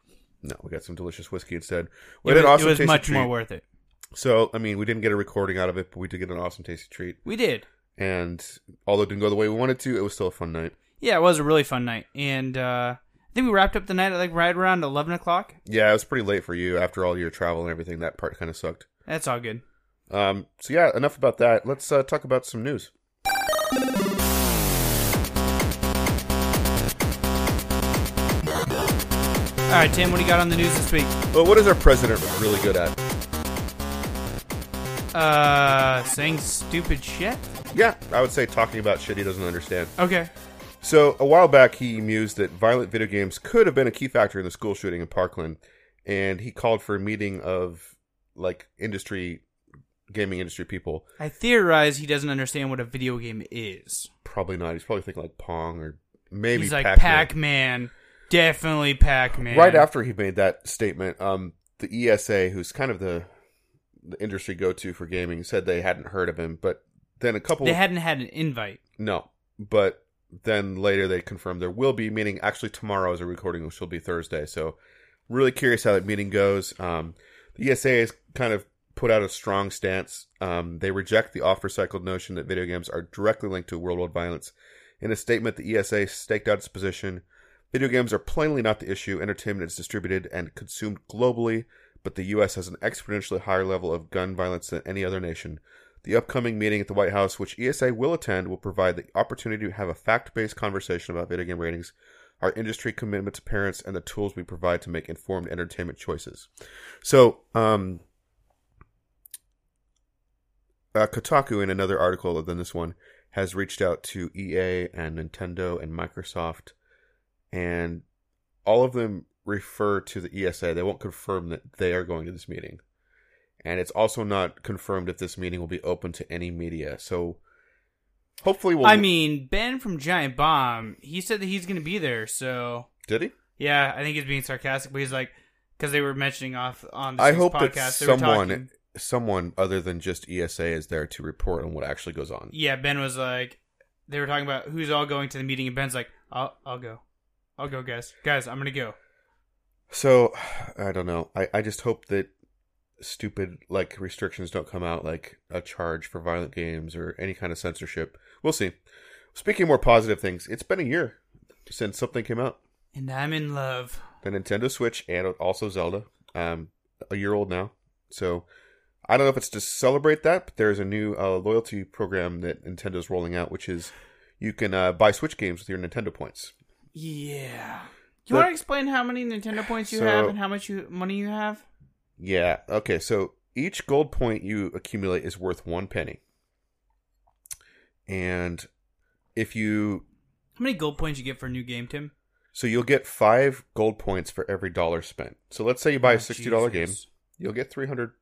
Speaker 4: No, we got some delicious whiskey instead.
Speaker 3: It
Speaker 4: We had
Speaker 3: was,
Speaker 4: an awesome
Speaker 3: it was
Speaker 4: tasty
Speaker 3: much
Speaker 4: treat.
Speaker 3: more worth it.
Speaker 4: So, I mean, we didn't get a recording out of it, but we did get an awesome tasty treat.
Speaker 3: We did.
Speaker 4: And although it didn't go the way we wanted to, it was still a fun night.
Speaker 3: Yeah, it was a really fun night, and uh, I think we wrapped up the night at like right around eleven o'clock.
Speaker 4: Yeah, it was pretty late for you after all your travel and everything. That part kind of sucked.
Speaker 3: That's all good.
Speaker 4: Um, so yeah, enough about that. Let's uh, talk about some news.
Speaker 3: All right, Tim, what do you got on the news this week?
Speaker 4: Well, what is our president really good at?
Speaker 3: Uh, saying stupid shit.
Speaker 4: Yeah, I would say talking about shit he doesn't understand.
Speaker 3: Okay.
Speaker 4: So, a while back, he mused that violent video games could have been a key factor in the school shooting in Parkland, and he called for a meeting of like industry, gaming industry people.
Speaker 3: I theorize he doesn't understand what a video game is.
Speaker 4: Probably not. He's probably thinking like Pong or maybe
Speaker 3: He's like
Speaker 4: Pac-Man.
Speaker 3: Pac-Man, definitely Pac-Man.
Speaker 4: Right after he made that statement, um, the ESA, who's kind of the the industry go to for gaming, said they hadn't heard of him. But then a couple,
Speaker 3: they hadn't had an invite.
Speaker 4: no, but then later they confirmed there will be a meeting. Actually, tomorrow is a recording, which will be Thursday. So, really curious how that meeting goes. Um, the ESA has kind of put out a strong stance. Um, they reject the oft-recycled notion that video games are directly linked to worldwide violence In a statement, the ESA staked out its position. Video games are plainly not the issue. Entertainment is distributed and consumed globally, but the U.S. has an exponentially higher level of gun violence than any other nation. The upcoming meeting at the White House, which ESA will attend, will provide the opportunity to have a fact based conversation about video game ratings, our industry commitment to parents, and the tools we provide to make informed entertainment choices. So, um, uh, Kotaku, in another article other than this one, has reached out to EA and Nintendo and Microsoft, and all of them refer to the ESA. They won't confirm that they are going to this meeting. And it's also not confirmed if this meeting will be open to any media. So hopefully we'll.
Speaker 3: I mean, Ben from Giant Bomb, he said that he's going to be there. So
Speaker 4: Did he?
Speaker 3: yeah, I think he's being sarcastic, but he's like, because they were mentioning off on this
Speaker 4: I hope
Speaker 3: podcast,
Speaker 4: that
Speaker 3: they were
Speaker 4: someone,
Speaker 3: talking-
Speaker 4: someone other than just ESA is there to report on what actually goes on.
Speaker 3: Yeah, Ben was like, they were talking about who's all going to the meeting, and Ben's like, I'll, I'll go, I'll go, guys, guys, I'm going to go.
Speaker 4: So I don't know. I, I just hope that stupid like restrictions don't come out like a charge for violent games or any kind of censorship. We'll see. Speaking of more positive things, it's been a year since something came out.
Speaker 3: And I'm in love.
Speaker 4: The Nintendo Switch and also Zelda. Um a year old now. So I don't know if it's to celebrate that, but there's a new uh, loyalty program that Nintendo's rolling out, which is you can uh, buy Switch games with your Nintendo points.
Speaker 3: Yeah. You
Speaker 4: But-
Speaker 3: want to explain how many Nintendo points you
Speaker 4: So-
Speaker 3: have and how much you, money you have?
Speaker 4: Yeah. Okay. So each gold point you accumulate is worth one penny. And if you,
Speaker 3: How many gold points you get for a new game, Tim?
Speaker 4: so you'll get five gold points for every dollar spent. So let's say you buy a
Speaker 3: Oh,
Speaker 4: sixty dollar game,
Speaker 3: Jesus.
Speaker 4: you'll get three hundred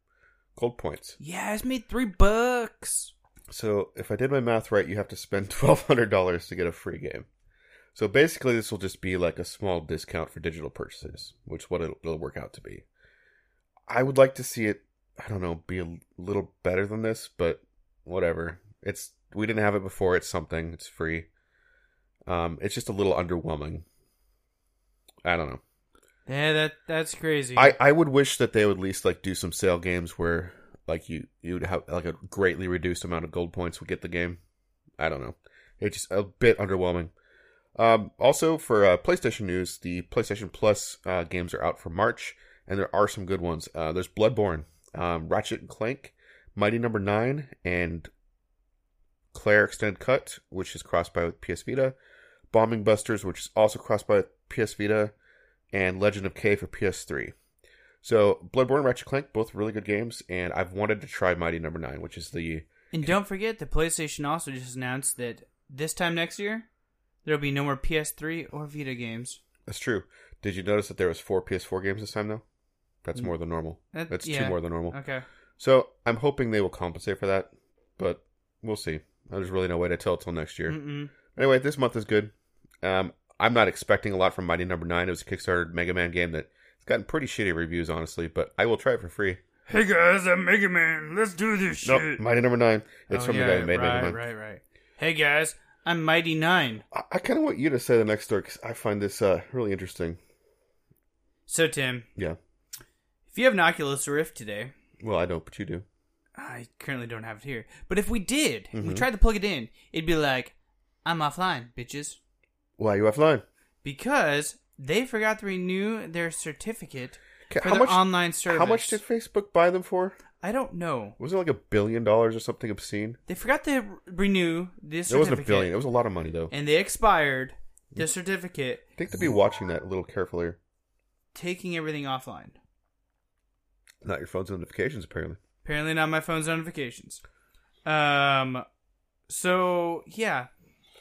Speaker 4: gold points.
Speaker 3: Yeah, it's made three bucks.
Speaker 4: So if I did my math right, you have to spend twelve hundred dollars to get a free game. So basically, this will just be like a small discount for digital purchases, which is what it'll, it'll work out to be. I would like to see it. I don't know, be a little better than this, but whatever. It's we didn't have it before. It's something. It's free. Um, it's just a little underwhelming. I don't know.
Speaker 3: Yeah, that that's crazy.
Speaker 4: I, I would wish that they would at least like do some sale games where like you you'd have like a greatly reduced amount of gold points would get the game. I don't know. It's just a bit underwhelming. Um, also for uh, PlayStation news, the PlayStation Plus uh, games are out for March, and there are some good ones. Uh, there's Bloodborne, um, Ratchet and Clank, Mighty Number Nine, and Claire Extended Cut, which is cross by with PS Vita, Bombing Busters, which is also cross by with PS Vita, and Legend of K for PS3. So Bloodborne, Ratchet Clank, both really good games, and I've wanted to try Mighty Number Nine, which is the
Speaker 3: and don't forget that PlayStation also just announced that this time next year there'll be no more PS3 or Vita games.
Speaker 4: that's true. Did you notice that there was four PS4 games this time though? That's more than normal.
Speaker 3: Mm. That-
Speaker 4: that's
Speaker 3: yeah. Uh,
Speaker 4: two more than normal.
Speaker 3: Okay.
Speaker 4: So I'm hoping they will compensate for that, but we'll see. There's really no way to tell till next year.
Speaker 3: Mm-mm.
Speaker 4: Anyway, this month is good. Um, I'm not expecting a lot from Mighty Number Nine. It was a Kickstarter Mega Man game that it's gotten pretty shitty reviews, honestly, but I will try it for free.
Speaker 3: Hey guys, I'm Mega Man. Let's do this
Speaker 4: No, Mighty Number Nine. It's
Speaker 3: Oh,
Speaker 4: from
Speaker 3: yeah,
Speaker 4: the guy who made
Speaker 3: right,
Speaker 4: Mega Man.
Speaker 3: Right, right, Hey guys, I'm Mighty Nine.
Speaker 4: I, I kind of want you to say the next story because I find this uh, really interesting.
Speaker 3: So Tim,
Speaker 4: Yeah.
Speaker 3: if you have an Oculus Rift today,
Speaker 4: Well, I don't, but you do.
Speaker 3: I currently don't have it here. But if we did, and
Speaker 4: Mm-hmm.
Speaker 3: we tried to plug it in, it'd be like, I'm offline, bitches.
Speaker 4: Why are you offline?
Speaker 3: Because they forgot to renew their certificate
Speaker 4: Okay,
Speaker 3: for
Speaker 4: how
Speaker 3: their
Speaker 4: much?
Speaker 3: online service.
Speaker 4: how much did Facebook buy them for?
Speaker 3: I don't know.
Speaker 4: Wasn't it like a billion dollars or something obscene?
Speaker 3: They forgot to re- renew this
Speaker 4: It wasn't a
Speaker 3: certificate.
Speaker 4: billion. It was a Mm. lot of money though.
Speaker 3: And they expired the certificate,
Speaker 4: I think they'd be watching that a little carefully.
Speaker 3: taking everything offline.
Speaker 4: Not your phone's notifications, apparently.
Speaker 3: Apparently not my phone's notifications. Um, so yeah,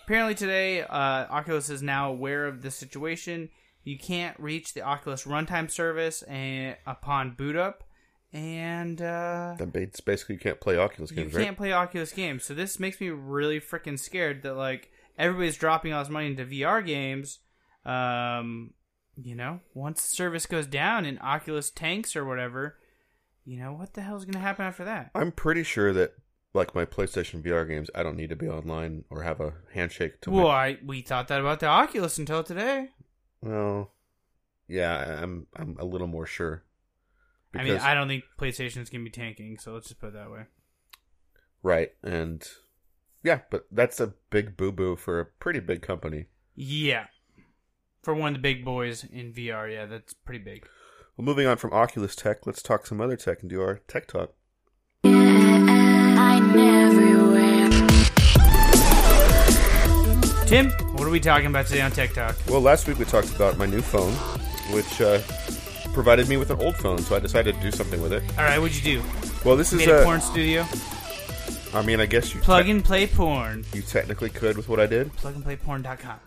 Speaker 3: apparently today, uh, Oculus is now aware of the situation. You can't reach the Oculus runtime service and upon boot up, and uh,
Speaker 4: Then ba- it's basically you can't play Oculus
Speaker 3: you
Speaker 4: games,
Speaker 3: can't
Speaker 4: right?
Speaker 3: play Oculus games. So this makes me really freaking scared that like everybody's dropping all this money into VR games. Um, you know, once the service goes down and Oculus tanks or whatever, you know what the hell's gonna happen after that?
Speaker 4: I'm pretty sure that like my PlayStation VR games, I don't need to be online or have a handshake to.
Speaker 3: Well,
Speaker 4: my-
Speaker 3: I, we thought that about the Oculus until today.
Speaker 4: well, yeah, I- I'm I'm a little more sure.
Speaker 3: I mean, I don't think PlayStation's gonna be tanking, so let's just put it that way.
Speaker 4: Right, and Yeah, but that's a big boo boo for a pretty big company.
Speaker 3: Yeah. For one of the big boys in VR, yeah, that's pretty big.
Speaker 4: Well, moving on from Oculus Tech, let's talk some other tech and do our tech talk.
Speaker 3: Tim, what are we talking about today on Tech Talk?
Speaker 4: Well, last week we talked about my new phone, which uh, provided me with an old phone, so I decided to do something with it.
Speaker 3: All right, what'd you do?
Speaker 4: Well, this is
Speaker 3: Made a
Speaker 4: a.
Speaker 3: porn studio.
Speaker 4: I mean, I guess you
Speaker 3: Plug
Speaker 4: te-
Speaker 3: and play porn.
Speaker 4: You technically could with what I did.
Speaker 3: Plugandplayporn.com.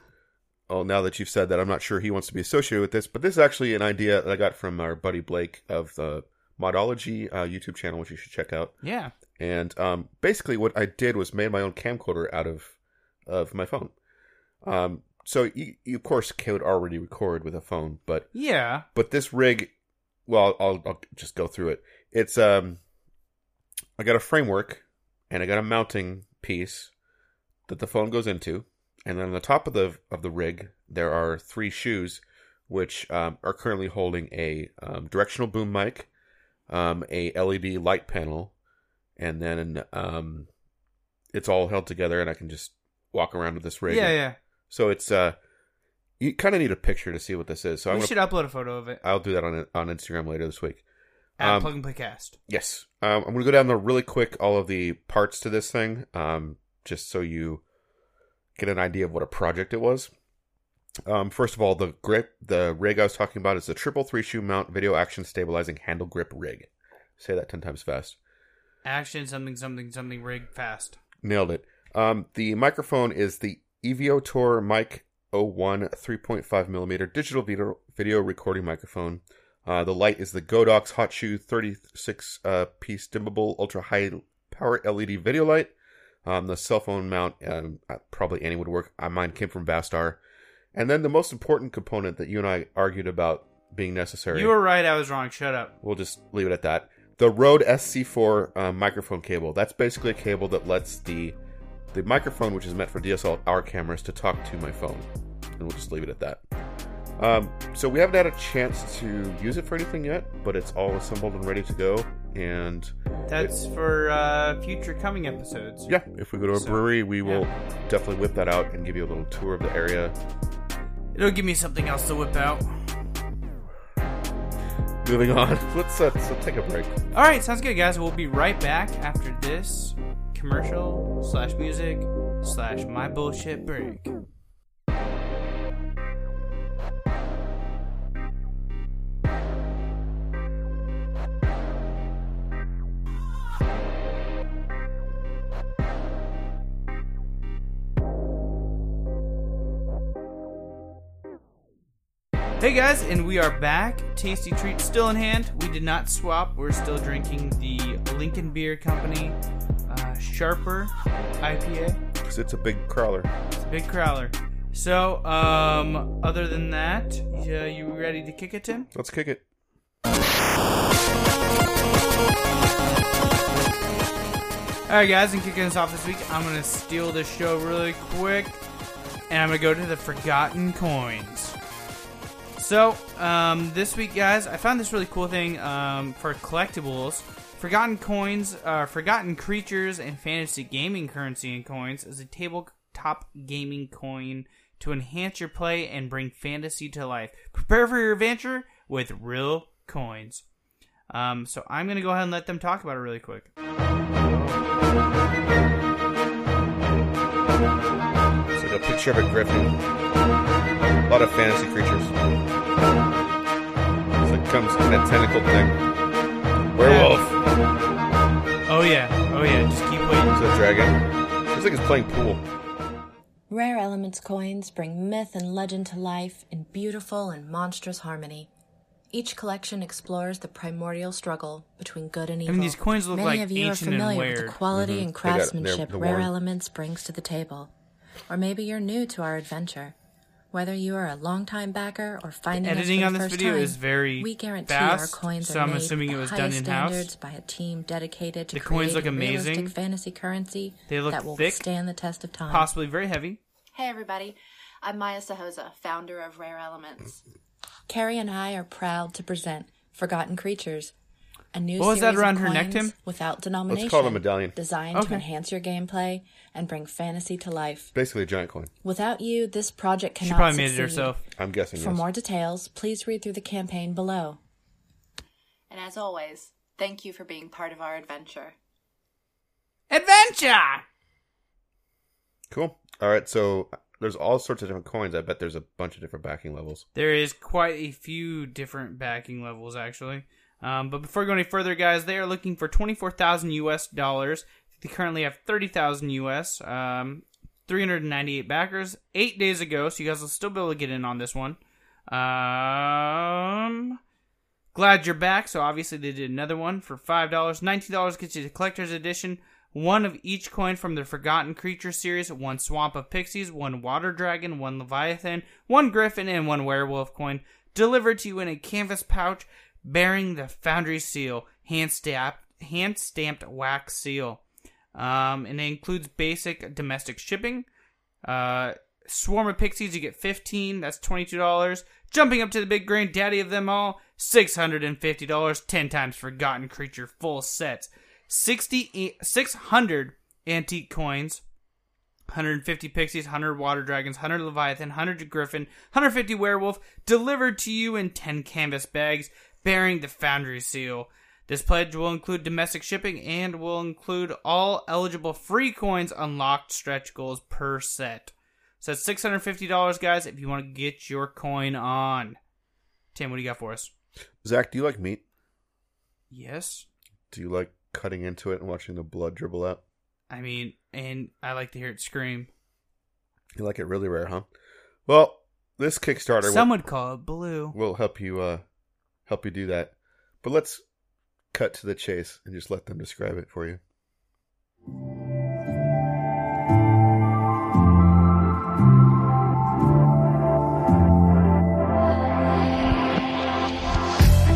Speaker 4: Oh, now that you've said that, I'm not sure he wants to be associated with this, but this is actually an idea that I got from our buddy Blake of the Modology uh, YouTube channel, which you should check out.
Speaker 3: Yeah.
Speaker 4: And um, basically, what I did was made my own camcorder out of of my phone. Um, so you, you of course could already record with a phone, but
Speaker 3: Yeah.
Speaker 4: but this rig, well, I'll, I'll just go through it. It's um, I got a framework and I got a mounting piece that the phone goes into, and then on the top of the of the rig there are three shoes, which um, are currently holding a um, directional boom mic, um, a LED light panel, and then um, it's all held together, and I can just walk around with this rig.
Speaker 3: Yeah, yeah.
Speaker 4: So it's uh, you kind of need a picture to see what this is. So I'm
Speaker 3: we
Speaker 4: gonna
Speaker 3: should upload a photo of it
Speaker 4: I'll do that on on Instagram later this week.
Speaker 3: at
Speaker 4: Um,
Speaker 3: Plug and Play Cast.
Speaker 4: Yes, um, I'm gonna go down the really quick all of the parts to this thing, um, just so you get an idea of what a project it was. Um, first of all, the grip, the rig I was talking about is the triple three shoe mount video action stabilizing handle grip rig. Say that ten times fast.
Speaker 3: Action something something something rig fast.
Speaker 4: Nailed it. Um, the microphone is the Eviotor Mic 01 3.5 millimeter digital video, video recording microphone. Uh, the light is the Godox Hot Shoe 36 uh, piece dimmable ultra high power LED video light. Um, the cell phone mount, um, uh, probably any would work. Uh, mine came from Vastar. And then the most important component that you and I argued about being necessary.
Speaker 3: You were right, I was wrong. Shut up.
Speaker 4: We'll just leave it at that. The Rode SC4 uh, microphone cable. That's basically a cable that lets the the microphone, which is meant for DSLR cameras, to talk to my phone. And we'll just leave it at that. Um, so we haven't had a chance to use it for anything yet, but it's all assembled and ready to go. And
Speaker 3: That's for uh, future coming episodes.
Speaker 4: yeah, if we go to a
Speaker 3: So,
Speaker 4: brewery, we will definitely whip that out and give you a little tour of the area.
Speaker 3: It'll give me something else to whip out.
Speaker 4: Moving on, let's, uh, let's take a break.
Speaker 3: All right, sounds good, guys. We'll be right back after this commercial slash music slash my bullshit break. Hey guys, and we are back. Tasty treat still in hand. We did not swap. We're still drinking the Lincoln Beer Company uh, Sharper IPA.
Speaker 4: 'Cause it's a big crawler.
Speaker 3: It's a big crowler. So, um, other than that, yeah, you ready to kick it, Tim?
Speaker 4: Let's kick it.
Speaker 3: All right, guys, and kicking us off this week, I'm gonna steal this show really quick, and I'm gonna go to the forgotten coins. So, um, this week, guys, I found this really cool thing um, for collectibles. Forgotten coins, uh, forgotten creatures, and fantasy gaming currency and coins is a tabletop gaming coin to enhance your play and bring fantasy to life. Prepare for your adventure with real coins. Um, so I'm gonna go ahead and let them talk about it really quick.
Speaker 4: It's like a picture of a griffin. A lot of fantasy creatures. So it comes in a tentacle thing. Werewolf.
Speaker 3: Oh yeah, oh yeah. Just keep waiting.
Speaker 4: It's a dragon. It's like it's playing pool.
Speaker 5: Rare Elements coins bring myth and legend to life in beautiful and monstrous harmony. Each collection explores the primordial struggle between good and
Speaker 3: I
Speaker 5: evil.
Speaker 3: mean, these coins look
Speaker 5: Many
Speaker 3: like
Speaker 5: of you are
Speaker 3: ancient and
Speaker 5: familiar with
Speaker 3: weird.
Speaker 5: the quality
Speaker 4: Mm-hmm. They
Speaker 5: and
Speaker 4: got- they're-
Speaker 5: craftsmanship
Speaker 4: they're
Speaker 5: Rare
Speaker 4: worn.
Speaker 5: Elements brings to the table. Or maybe you're new to our adventure. Whether you are a longtime backer or finding us
Speaker 3: editing
Speaker 5: for
Speaker 3: on
Speaker 5: the
Speaker 3: this
Speaker 5: first
Speaker 3: video
Speaker 5: time,
Speaker 3: is very
Speaker 5: we guarantee
Speaker 3: fast,
Speaker 5: our coins
Speaker 3: so
Speaker 5: are
Speaker 3: I'm
Speaker 5: made
Speaker 3: assuming
Speaker 5: with
Speaker 3: it was
Speaker 5: the
Speaker 3: done
Speaker 5: highest
Speaker 3: in-house.
Speaker 5: standards by a team dedicated to
Speaker 3: The coins look
Speaker 5: creating realistic
Speaker 3: amazing.
Speaker 5: fantasy currency
Speaker 3: They look
Speaker 5: that will
Speaker 3: thick,
Speaker 5: withstand the test of time.
Speaker 3: Possibly very heavy.
Speaker 6: Hey, everybody. I'm Maya Sahoza, founder of Rare Elements.
Speaker 5: Carrie and I are proud to present Forgotten Creatures, a new
Speaker 3: What was that
Speaker 5: series of
Speaker 3: around her neck, Tim?
Speaker 5: coins without denomination.
Speaker 4: medallion.
Speaker 5: Designed to
Speaker 3: Okay.
Speaker 5: enhance your gameplay and bring fantasy to life.
Speaker 4: Basically, a giant coin.
Speaker 5: Without you, this project cannot
Speaker 3: She probably made it
Speaker 5: succeed.
Speaker 3: herself.
Speaker 4: I'm guessing.
Speaker 5: For
Speaker 4: yes.
Speaker 5: more details, please read through the campaign below.
Speaker 6: And as always, thank you for being part of our adventure.
Speaker 3: Adventure!
Speaker 4: Cool. All right. So there's all sorts of different coins. I bet there's a bunch of different backing levels.
Speaker 3: There is quite a few different backing levels, actually. Um, but before we go any further, guys, they are looking for 24,000 US dollars. They currently have 30,000 US, um, 398 backers, eight days ago, so you guys will still be able to get in on this one. Um, glad you're back. So obviously they did another one for $5. $19 gets you the collector's edition. One of each coin from the Forgotten Creature series, one Swamp of Pixies, one Water Dragon, one Leviathan, one Griffin, and one Werewolf coin, delivered to you in a canvas pouch bearing the Foundry seal, hand stamped, hand stamped wax seal. Um, and it includes basic domestic shipping. Uh, Swarm of Pixies, you get 15, that's $22. Jumping up to the big granddaddy of them all, $650, 10 times Forgotten Creature full sets. 60, 600 antique coins, 150 pixies, 100 water dragons, 100 leviathan, 100 griffin, 150 werewolf, delivered to you in 10 canvas bags bearing the foundry seal. This pledge will include domestic shipping and will include all eligible free coins unlocked stretch goals per set. So that's $650, guys, if you want to get your coin on. Tim, what do you got for us?
Speaker 4: Zach, do you like meat?
Speaker 3: Yes.
Speaker 4: Do you like cutting into it and watching the blood dribble out?
Speaker 3: I mean, and I like to hear it scream.
Speaker 4: You like it really rare, huh? Well, this Kickstarter will-
Speaker 3: Some would call it blue.
Speaker 4: will help you uh help you do that. But let's cut to the chase and just let them describe it for you.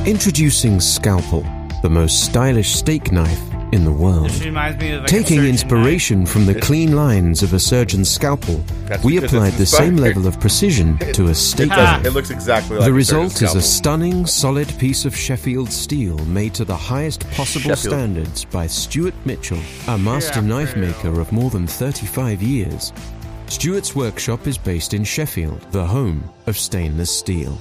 Speaker 7: Introducing Scalpel, the most stylish steak knife in the world.
Speaker 3: This reminds me of like, a
Speaker 7: Taking
Speaker 3: surgeon
Speaker 7: inspiration from the clean lines of a surgeon's scalpel,
Speaker 4: That's
Speaker 7: we
Speaker 4: because
Speaker 7: applied
Speaker 4: it's
Speaker 7: the same
Speaker 4: inspired.
Speaker 7: level of precision to a steak
Speaker 4: It,
Speaker 3: Ah.
Speaker 7: knife.
Speaker 4: does, it looks exactly like
Speaker 7: The
Speaker 4: a
Speaker 7: result is
Speaker 4: surgeon's
Speaker 7: a
Speaker 4: scalpel.
Speaker 7: stunning, solid piece of Sheffield steel made to the highest possible
Speaker 4: Sheffield.
Speaker 7: standards by Stuart Mitchell, a master
Speaker 3: Yeah,
Speaker 7: knife
Speaker 3: yeah.
Speaker 7: maker of more than 35 years. Stuart's workshop is based in Sheffield, the home of stainless steel.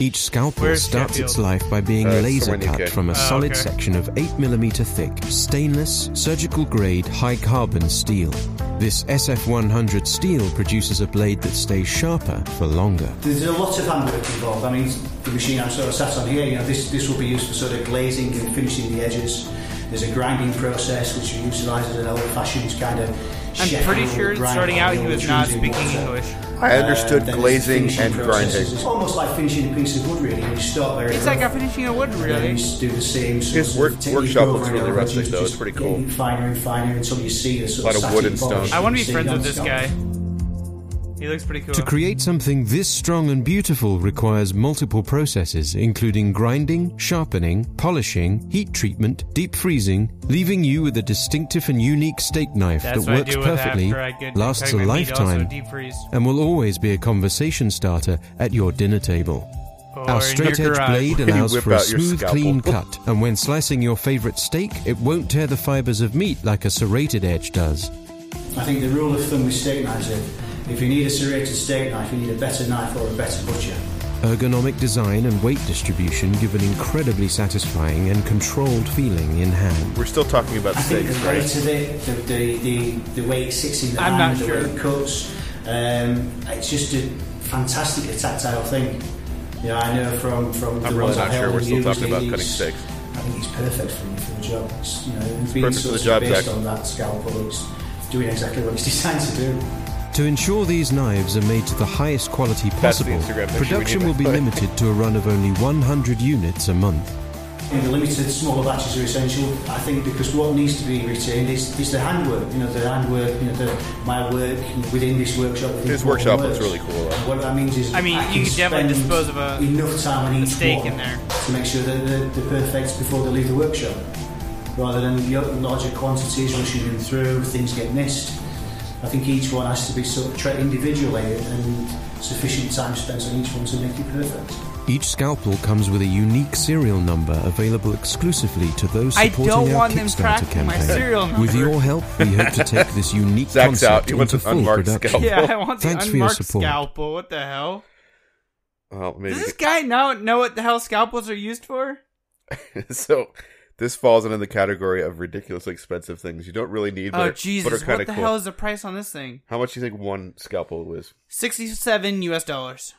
Speaker 7: Each scalpel
Speaker 3: Where's
Speaker 7: starts its
Speaker 3: Sheffield?
Speaker 7: life by being
Speaker 4: Uh, it's
Speaker 7: laser
Speaker 4: somewhere in the
Speaker 7: cut
Speaker 4: UK. Ah,
Speaker 7: from a
Speaker 3: Oh,
Speaker 7: solid
Speaker 3: okay.
Speaker 7: section of 8mm thick, stainless, surgical grade, high carbon steel. This SF100 steel produces a blade that stays sharper for longer.
Speaker 8: There's a lot of handwork involved. I mean, the machine I'm sort of sat on here, you know, this, this will be used for sort of glazing and finishing the edges. There's a grinding process which utilises an old-fashioned kind of.
Speaker 3: I'm pretty sure starting out he was not speaking English.
Speaker 4: I
Speaker 8: Uh,
Speaker 4: understood
Speaker 3: Uh,
Speaker 4: glazing and grinding.
Speaker 8: It's almost like finishing a piece of wood, really. when You start very
Speaker 3: It's like
Speaker 8: rough.
Speaker 3: I'm finishing a wood,
Speaker 8: And then
Speaker 3: really.
Speaker 8: you s- do the same. sort
Speaker 4: His
Speaker 8: of
Speaker 4: work-
Speaker 8: technique
Speaker 4: workshop
Speaker 8: over
Speaker 4: looks
Speaker 8: and
Speaker 4: really
Speaker 8: over,
Speaker 4: rustic,
Speaker 8: just-
Speaker 4: though. It's
Speaker 8: just
Speaker 4: pretty
Speaker 8: getting
Speaker 4: cool.
Speaker 8: Finer and finer until you see the sort
Speaker 4: Lot of
Speaker 8: satin
Speaker 4: wood and
Speaker 8: polish
Speaker 4: stone.
Speaker 3: I want
Speaker 8: you
Speaker 3: to be
Speaker 8: see
Speaker 3: friends
Speaker 8: on
Speaker 3: with this
Speaker 8: scalp.
Speaker 3: guy. He looks pretty cool.
Speaker 7: To create something this strong and beautiful requires multiple processes, including grinding, sharpening, polishing, heat treatment, deep freezing, leaving you with a distinctive and unique steak knife
Speaker 3: That's what
Speaker 7: that
Speaker 3: I
Speaker 7: works
Speaker 3: do with
Speaker 7: perfectly,
Speaker 3: after I get
Speaker 7: lasts a
Speaker 3: cutting my meat, also
Speaker 7: lifetime,
Speaker 3: deep freeze.
Speaker 7: and will always be a conversation starter at your dinner table.
Speaker 3: Or
Speaker 7: Our
Speaker 3: in your
Speaker 7: straight edge
Speaker 3: garage.
Speaker 7: blade
Speaker 4: When you
Speaker 7: allows
Speaker 4: whip
Speaker 7: for a
Speaker 4: out your
Speaker 7: smooth,
Speaker 4: scalpel.
Speaker 7: clean cut, and when slicing your favorite steak, it won't tear the fibers of meat like a serrated edge does.
Speaker 8: I think the rule of thumb with steak knives is if you need a serrated steak knife, you need a better knife or a better butcher.
Speaker 7: Ergonomic design and weight distribution give an incredibly satisfying and controlled feeling in hand.
Speaker 4: We're still talking about
Speaker 8: I think
Speaker 4: steaks,
Speaker 8: the weight
Speaker 4: right?
Speaker 8: of it, the, the, the, the way it sits in the
Speaker 3: I'm
Speaker 8: hand,
Speaker 3: not
Speaker 8: the
Speaker 3: sure.
Speaker 8: way it cuts, um, it's just a fantastically tactile thing. You know, I know from, from
Speaker 4: I'm
Speaker 8: the
Speaker 4: really
Speaker 8: ones
Speaker 4: not
Speaker 8: I've
Speaker 4: sure
Speaker 8: held
Speaker 4: we're
Speaker 8: and
Speaker 4: still
Speaker 8: used,
Speaker 4: talking about
Speaker 8: it's-
Speaker 4: cutting steaks.
Speaker 8: I think it's perfect for, for the job. It's, you know, it's
Speaker 4: perfect
Speaker 8: being
Speaker 4: for
Speaker 8: sort
Speaker 4: the
Speaker 8: of
Speaker 4: job,
Speaker 8: based
Speaker 4: Zach.
Speaker 8: on that scalpel, it's doing exactly what it's designed to do.
Speaker 7: To ensure these knives are made to the highest quality
Speaker 4: That's the
Speaker 7: possible,
Speaker 4: Instagram picture we
Speaker 7: production
Speaker 4: need.
Speaker 7: will be limited to a run of only 100 units a month.
Speaker 8: In the limited smaller batches are essential, I think, because what needs to be retained is, is the handwork. You know, the handwork. You know, the, my work within this workshop. Within
Speaker 4: His workshop
Speaker 8: Portland Works.
Speaker 4: looks really cool, though.
Speaker 8: And What that means is,
Speaker 3: I mean, you
Speaker 8: can
Speaker 3: could definitely
Speaker 8: spend
Speaker 3: dispose of a-
Speaker 8: enough time on each
Speaker 3: steak
Speaker 8: one
Speaker 3: in there.
Speaker 8: to make sure that they're, they're perfect before they leave the workshop, rather than yo- larger quantities rushing them through. Things get missed. I think each one has to be sort of treated individually, and sufficient time spent on each one to make it perfect.
Speaker 7: Each scalpel comes with a unique serial number available exclusively to those
Speaker 3: I
Speaker 7: supporting
Speaker 3: don't
Speaker 7: our
Speaker 3: want them
Speaker 7: Kickstarter
Speaker 3: cracking
Speaker 7: campaign.
Speaker 3: my serial
Speaker 7: With
Speaker 3: number.
Speaker 7: your help, we hope to take this unique
Speaker 4: Zach's out.
Speaker 7: concept
Speaker 4: He wants
Speaker 7: into
Speaker 4: an
Speaker 7: full
Speaker 4: unmarked
Speaker 7: production.
Speaker 4: scalpel.
Speaker 3: Yeah, I want the
Speaker 7: Oh, Thanks for your
Speaker 3: unmarked
Speaker 7: support.
Speaker 3: scalpel. What the hell?
Speaker 4: Well, maybe
Speaker 3: Does this guy now know what the hell scalpels are used for?
Speaker 4: so. This falls into the category of ridiculously expensive things you don't really need, but,
Speaker 3: Oh
Speaker 4: are- but are
Speaker 3: Jesus!
Speaker 4: kind
Speaker 3: What
Speaker 4: of
Speaker 3: the
Speaker 4: cool.
Speaker 3: hell is the price on this thing?
Speaker 4: How much do you think one scalpel is?
Speaker 3: Sixty-seven U.S. dollars.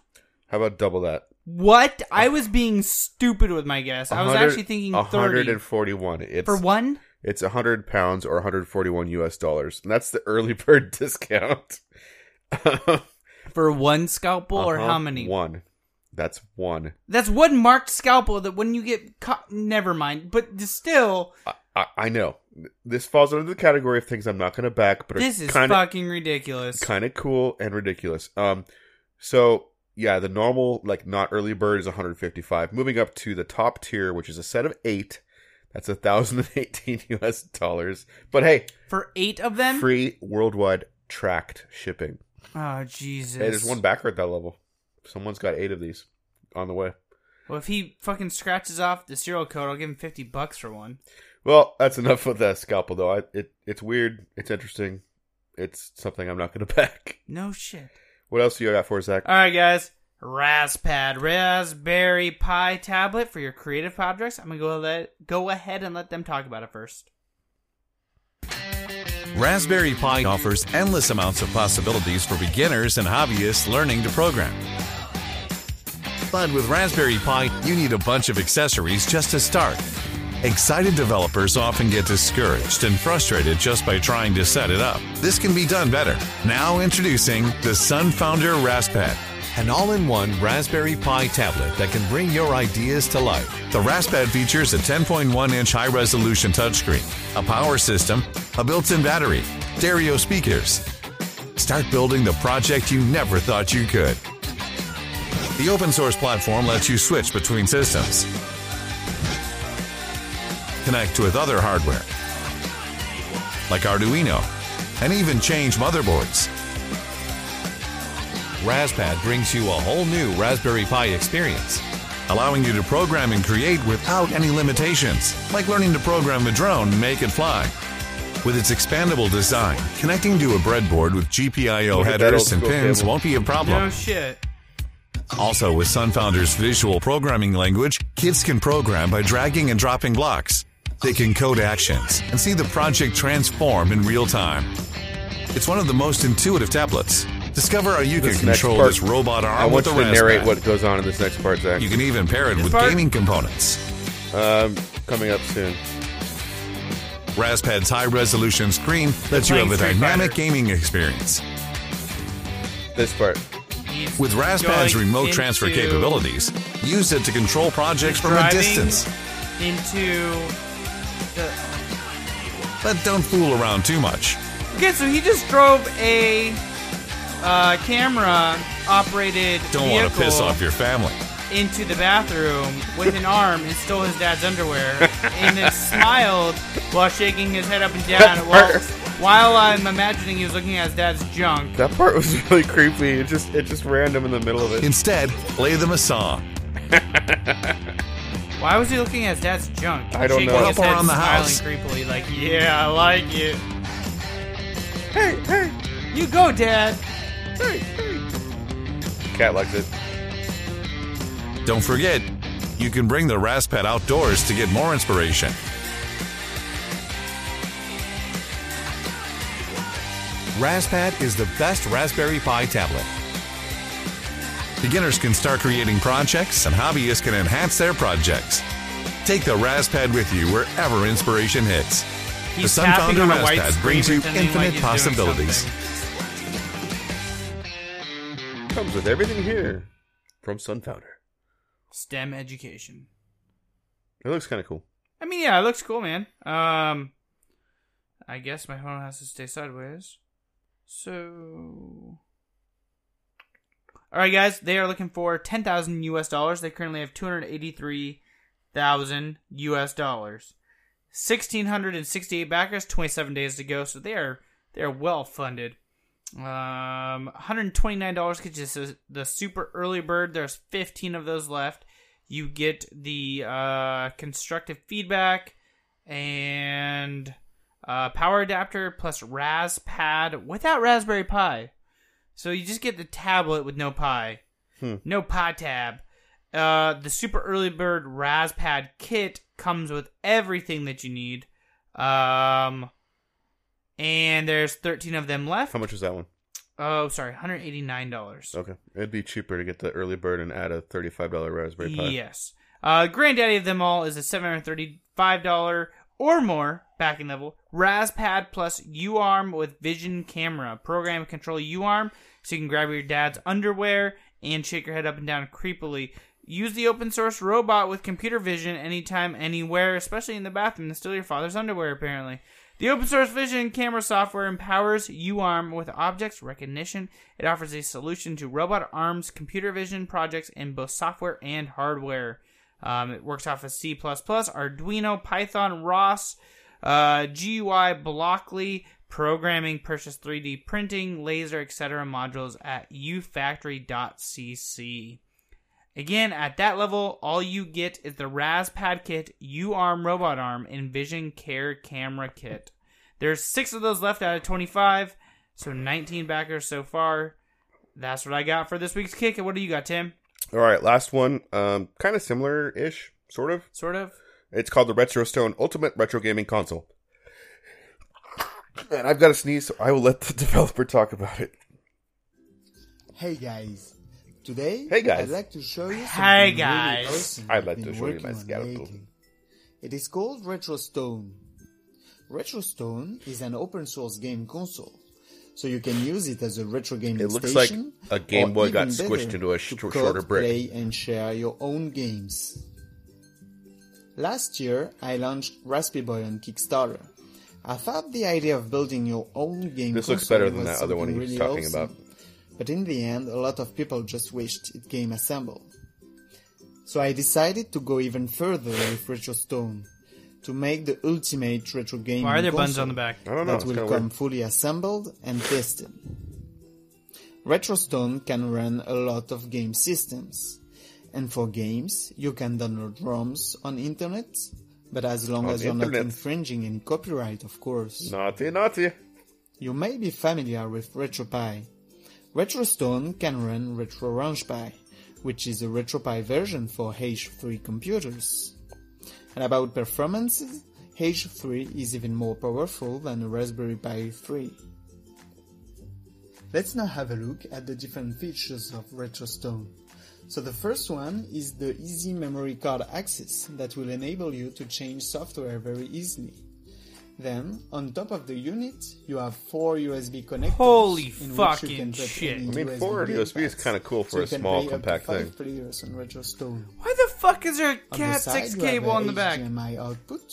Speaker 4: How about double that?
Speaker 3: What? I
Speaker 4: Oh.
Speaker 3: was being stupid with my guess. I was
Speaker 4: 100
Speaker 3: actually thinking thirty
Speaker 4: 141. It's
Speaker 3: for one.
Speaker 4: It's 100 pounds or 141 US dollars. And that's the early bird discount. Um,
Speaker 3: For one scalpel, or
Speaker 4: Uh-huh.
Speaker 3: how many?
Speaker 4: One. That's one.
Speaker 3: That's one marked scalpel that when you get caught, never mind. But still,
Speaker 4: I, I, I know. This falls under the category of things I'm not going to back, but
Speaker 3: this is
Speaker 4: kind of
Speaker 3: fucking ridiculous.
Speaker 4: kind of cool and ridiculous. Um, so yeah, the normal like not early bird is 155. Moving up to the top tier, which is a set of eight. That's a thousand and eighteen US dollars. But hey,
Speaker 3: for eight of them.
Speaker 4: free worldwide tracked shipping.
Speaker 3: oh Jesus!
Speaker 4: Hey, there's one backer at that level. Someone's got eight of these on the way.
Speaker 3: Well, if he fucking scratches off the serial code, I'll give him fifty bucks for one.
Speaker 4: Well, that's enough of the scalpel, though. I, it it's weird. It's interesting. It's something I'm not going to back.
Speaker 3: No shit.
Speaker 4: What else do you got for us, Zach?
Speaker 3: All right, guys. Raspad Raspberry Pi tablet for your creative projects. I'm gonna go let go ahead and let them talk about it first.
Speaker 9: Raspberry Pi offers endless amounts of possibilities for beginners and hobbyists learning to program. But with Raspberry Pi, you need a bunch of accessories just to start. Excited developers often get discouraged and frustrated just by trying to set it up. This can be done better. Now introducing the Sun Founder Raspad, an all-in-one Raspberry Pi tablet that can bring your ideas to life. The Raspad features a 10.1-inch high-resolution touchscreen, a power system, a built-in battery, stereo speakers. Start building the project you never thought you could. The open source platform lets you switch between systems, connect with other hardware, like Arduino, and even change motherboards. Raspad brings you a whole new Raspberry Pi experience, allowing you to program and create without any limitations, like learning to program a drone and make it fly. With its expandable design, connecting to a breadboard with GPIO
Speaker 4: Look at that
Speaker 9: headers
Speaker 4: old
Speaker 9: and
Speaker 4: school
Speaker 9: pins
Speaker 4: cable.
Speaker 9: won't be a problem.
Speaker 3: No shit.
Speaker 9: Also, with SunFounder's visual programming language, kids can program by dragging and dropping blocks. They can code actions and see the project transform in real time. It's one of the most intuitive tablets. Discover how you
Speaker 4: This
Speaker 9: can
Speaker 4: next
Speaker 9: control
Speaker 4: part-
Speaker 9: this robot arm
Speaker 4: I want
Speaker 9: with
Speaker 4: you
Speaker 9: the
Speaker 4: to narrate
Speaker 9: Raspberry.
Speaker 4: what goes on in this next part, Zach.
Speaker 9: You can even pair it with
Speaker 3: part-
Speaker 9: gaming components.
Speaker 4: Um, coming up soon.
Speaker 9: Raspad's high resolution screen lets you
Speaker 3: playing
Speaker 9: have a
Speaker 3: Street
Speaker 9: dynamic
Speaker 3: Fighter.
Speaker 9: gaming experience.
Speaker 4: This part.
Speaker 3: He's
Speaker 9: With Raspad's
Speaker 3: going
Speaker 9: remote transfer
Speaker 3: into-
Speaker 9: capabilities, use it to control projects from a
Speaker 3: driving
Speaker 9: distance.
Speaker 3: Into the
Speaker 9: But don't fool around too much.
Speaker 3: Okay, so he just drove a uh, camera operated
Speaker 9: Don't
Speaker 3: vehicle
Speaker 9: want to piss off your family.
Speaker 3: into the bathroom with an arm and stole his dad's underwear and then smiled while shaking his head up and down while, while I'm imagining he was looking at his dad's junk.
Speaker 4: That part was really creepy. It just it just random in the middle of it.
Speaker 9: Instead, play them a song.
Speaker 3: Why was he looking at his dad's junk?
Speaker 4: I don't
Speaker 3: shaking
Speaker 4: know.
Speaker 3: His
Speaker 9: Up
Speaker 3: head,
Speaker 9: around the
Speaker 3: smiling
Speaker 9: house.
Speaker 3: creepily like, yeah, I like it. Hey, hey. You go, Dad.
Speaker 4: Cat likes it.
Speaker 9: Don't forget, you can bring the Raspad outdoors to get more inspiration. Raspad is the best Raspberry Pi tablet. Beginners can start creating projects and hobbyists can enhance their projects. Take the Raspad with you wherever inspiration hits.
Speaker 3: He's
Speaker 9: sun
Speaker 3: tapping
Speaker 9: founder
Speaker 3: on a
Speaker 9: Raspad
Speaker 3: white screen
Speaker 9: brings you
Speaker 3: pretending like
Speaker 9: infinite
Speaker 3: he's doing
Speaker 9: possibilities.
Speaker 3: something.
Speaker 4: Comes with everything here from Sunfounder.
Speaker 3: STEM education.
Speaker 4: It looks kind of cool.
Speaker 3: I mean, yeah, it looks cool, man. Um, I guess my phone has to stay sideways. So, all right, guys, they are looking for ten thousand U.S. dollars. They currently have two hundred eighty-three thousand U.S. dollars, sixteen hundred and sixty-eight backers, twenty-seven days to go. So they are they are well funded. Um, $129 gets you s- the super early bird. There's 15 of those left. You get the uh, constructive feedback and uh, power adapter plus Raz Pad without Raspberry Pi. So you just get the tablet with no Pi,
Speaker 4: Hmm.
Speaker 3: no Pi tab. Uh, the super early bird Raz Pad kit comes with everything that you need. Um, and there's 13 of them left.
Speaker 4: How much was that one?
Speaker 3: Oh, sorry, hundred eighty nine dollars.
Speaker 4: Okay, it'd be cheaper to get the early bird and add a thirty-five dollar Raspberry Pi.
Speaker 3: Yes. Uh, granddaddy of them all is a seven hundred thirty five dollar or more backing level Raspad plus U arm with vision camera program control U arm, so you can grab your dad's underwear and shake your head up and down creepily. Use the open source robot with computer vision anytime, anywhere, especially in the bathroom. That's still your father's underwear, apparently. The open source vision camera software empowers UARM with objects recognition. It offers a solution to robot arms, computer vision projects in both software and hardware. Um, it works off of C, Arduino, Python, ROS, uh, GUI, Blockly, programming, purchase 3D printing, laser, etc. modules at ufactory.cc. Again, at that level, all you get is the Raspad Kit U Arm Robot Arm and Vision Care Camera Kit. There's six of those left out of 25, so 19 backers so far. That's what I got for this week's kick. And what do you got, Tim?
Speaker 4: All right, last one. Um, kind of similar ish, sort of.
Speaker 3: Sort of.
Speaker 4: It's called the Retro Stone Ultimate Retro Gaming Console. And I've got a sneeze, so I will let the developer talk about it.
Speaker 10: Hey guys, today
Speaker 4: Hey, guys.
Speaker 10: I'd like to show you something
Speaker 3: Hey,
Speaker 10: really
Speaker 3: guys.
Speaker 10: awesome
Speaker 4: I'd
Speaker 10: I've
Speaker 4: like
Speaker 10: been
Speaker 4: to show you
Speaker 10: working
Speaker 4: my
Speaker 10: on
Speaker 4: scalpel.
Speaker 10: lately. It is called RetroStone. RetroStone is an open source game console, so you can use it as a retro gaming
Speaker 4: It looks like
Speaker 10: station.
Speaker 4: a Game
Speaker 10: or
Speaker 4: Boy got
Speaker 10: even better,
Speaker 4: squished into a
Speaker 10: to
Speaker 4: sh-
Speaker 10: code,
Speaker 4: shorter brick.
Speaker 10: Play and share your own games. Last year, I launched Raspberry Boy on Kickstarter. I thought the idea of building your own game
Speaker 4: This looks
Speaker 10: console
Speaker 4: better than
Speaker 10: was
Speaker 4: that other one he
Speaker 10: something
Speaker 4: was
Speaker 10: really
Speaker 4: talking
Speaker 10: awesome.
Speaker 4: about.
Speaker 10: But in the end, a lot of people just wished it came assembled. So I decided to go even further with Retro Stone to make the ultimate retro game.
Speaker 3: Why are there buns on the back?
Speaker 4: I don't know.
Speaker 10: That
Speaker 4: It's kind
Speaker 10: will
Speaker 4: of
Speaker 10: come
Speaker 4: weird.
Speaker 10: fully assembled and tested. RetroStone can run a lot of game systems. And for games, you can download ROMs on internet, but as long
Speaker 4: On
Speaker 10: as you're
Speaker 4: internet.
Speaker 10: not infringing any copyright, of course.
Speaker 4: Naughty, naughty.
Speaker 10: You may be familiar with RetroPie. RetroStone can run RetroRaunchPie, which is a RetroPie version for H3 computers. And about performances, H3 is even more powerful than a Raspberry Pi 3. Let's now have a look at the different features of RetroStone. So the first one is the easy memory card access that will enable you to change software very easily. Then, on top of the unit, you have four USB connectors.
Speaker 3: Holy
Speaker 10: in which
Speaker 3: fucking
Speaker 10: you can put
Speaker 3: shit.
Speaker 10: any
Speaker 4: I mean,
Speaker 10: USB
Speaker 4: four
Speaker 10: game
Speaker 4: USB is
Speaker 10: pads.
Speaker 4: kinda cool for
Speaker 10: you
Speaker 4: a
Speaker 10: can
Speaker 4: small,
Speaker 10: play up to
Speaker 4: compact
Speaker 10: five
Speaker 4: thing.
Speaker 10: players on RetroStone.
Speaker 3: Why the fuck is there a
Speaker 10: On
Speaker 3: Cat
Speaker 10: the side,
Speaker 3: 6
Speaker 10: you have
Speaker 3: cable
Speaker 10: a
Speaker 3: on the back?
Speaker 10: HDMI output,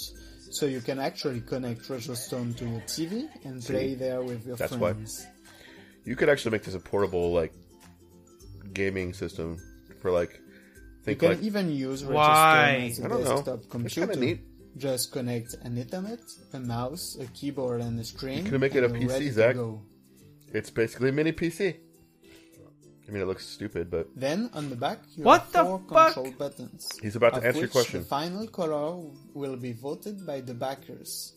Speaker 10: so you can actually connect RetroStone to your TV and play there with your
Speaker 4: that's why.
Speaker 10: friends.
Speaker 4: You could actually make this a portable like gaming system for like
Speaker 10: You
Speaker 4: think
Speaker 10: can
Speaker 4: like
Speaker 10: even use
Speaker 3: Why?
Speaker 10: RetroStone as a
Speaker 4: I don't know.
Speaker 10: desktop
Speaker 4: It's kinda
Speaker 10: computer.
Speaker 4: neat.
Speaker 10: Just connect an Ethernet, a mouse, a keyboard, and a screen.
Speaker 4: You could make it a
Speaker 10: and
Speaker 4: PC,
Speaker 10: you're ready to
Speaker 4: Zach.
Speaker 10: go.
Speaker 4: it's basically a mini PC. I mean, it looks stupid, but
Speaker 10: Then on the back, you
Speaker 3: What
Speaker 10: have
Speaker 3: the
Speaker 10: four
Speaker 3: fuck?
Speaker 10: control buttons.
Speaker 4: He's about to
Speaker 10: of
Speaker 4: answer your
Speaker 10: which
Speaker 4: question.
Speaker 10: The final color will be voted by the backers.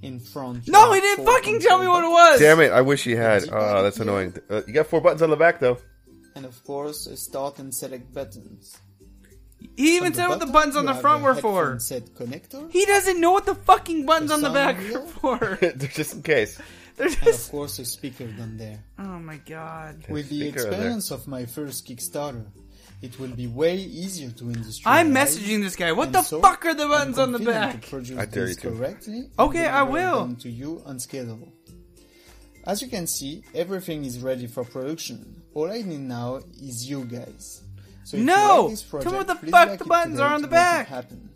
Speaker 10: In front. you
Speaker 3: No,
Speaker 10: have
Speaker 3: he didn't
Speaker 10: four
Speaker 3: fucking tell me
Speaker 10: control
Speaker 3: what it was.
Speaker 4: damn it, I wish he had.
Speaker 10: You got
Speaker 4: Oh,
Speaker 10: it
Speaker 4: that's
Speaker 10: here.
Speaker 4: annoying. Uh, you got four buttons on the back though.
Speaker 10: buttons, And of course, a start and select buttons.
Speaker 3: He
Speaker 10: On
Speaker 3: even
Speaker 10: the
Speaker 3: said what the
Speaker 10: bottom,
Speaker 3: buttons on
Speaker 10: you
Speaker 3: the
Speaker 10: have
Speaker 3: front
Speaker 10: a
Speaker 3: were
Speaker 10: headphone
Speaker 3: for.
Speaker 10: Set connector.
Speaker 3: He doesn't know what the fucking buttons
Speaker 10: The
Speaker 3: on the back
Speaker 10: sound
Speaker 3: are
Speaker 10: wheel?
Speaker 3: for.
Speaker 4: Just in case.
Speaker 3: They're
Speaker 10: and of
Speaker 3: just.
Speaker 10: course, a speaker down there.
Speaker 3: Oh my god.
Speaker 10: With the
Speaker 4: speaker on there.
Speaker 10: experience of my first Kickstarter, it will be way easier to industrialize.
Speaker 3: I'm messaging this guy. What
Speaker 10: and
Speaker 3: the
Speaker 10: so
Speaker 3: fuck are the
Speaker 10: I'm
Speaker 3: buttons on the
Speaker 10: confident to
Speaker 3: back?
Speaker 10: produce
Speaker 4: I dare
Speaker 10: these
Speaker 4: you to.
Speaker 10: correctly and
Speaker 3: Okay, I
Speaker 10: deliver
Speaker 3: will.
Speaker 10: them To you on schedule. As you can see, everything is ready for production. All I need now is you guys. So if you
Speaker 3: No!
Speaker 10: like this
Speaker 3: Tell me what
Speaker 10: project,
Speaker 3: the
Speaker 10: please
Speaker 3: fuck
Speaker 10: like
Speaker 3: the
Speaker 10: it
Speaker 3: buttons
Speaker 10: today
Speaker 3: are on
Speaker 10: to
Speaker 3: the
Speaker 10: make it
Speaker 3: back.
Speaker 10: happen.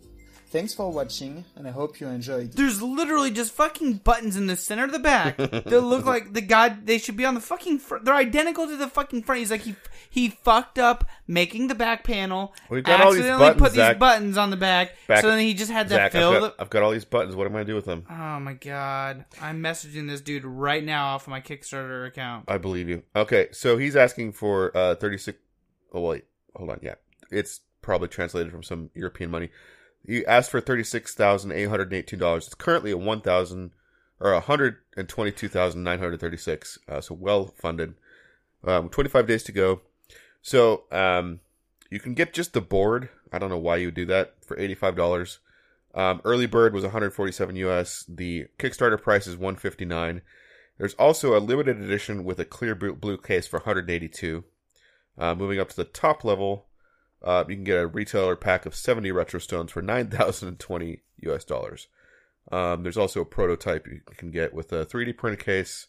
Speaker 10: Thanks for watching, and I hope you enjoyed.
Speaker 3: There's literally just fucking buttons in the center of the back that look like the god. They should be on the fucking. Fr- they're identical to the fucking front. He's like he he fucked up making the back panel.
Speaker 4: We've got all these
Speaker 3: accidentally
Speaker 4: buttons,
Speaker 3: put
Speaker 4: Zach.
Speaker 3: these buttons on the back,
Speaker 4: Back-
Speaker 3: so then he just had to
Speaker 4: Zach,
Speaker 3: fill.
Speaker 4: I've
Speaker 3: The-
Speaker 4: got, I've got all these buttons. What am I gonna do with them?
Speaker 3: oh my god! I'm messaging this dude right now off of my Kickstarter account.
Speaker 4: I believe you. Okay, so he's asking for uh thirty six. Oh wait, hold on. Yeah, it's probably translated from some European money. He asked for thirty six thousand eight hundred eighteen dollars. It's currently at one thousand or one hundred and twenty two thousand nine hundred thirty six. Uh, so well funded. Um, twenty five days to go. So um, you can get just the board. I don't know why you would do that for eighty five dollars. Um, early bird was 147 US. The Kickstarter price is 159. There's also a limited edition with a clear blue, blue case for 182. Uh, moving up to the top level, uh, you can get a retailer pack of 70 retro stones for 9,020 US dollars. Um, there's also a prototype you can get with a 3D printed case,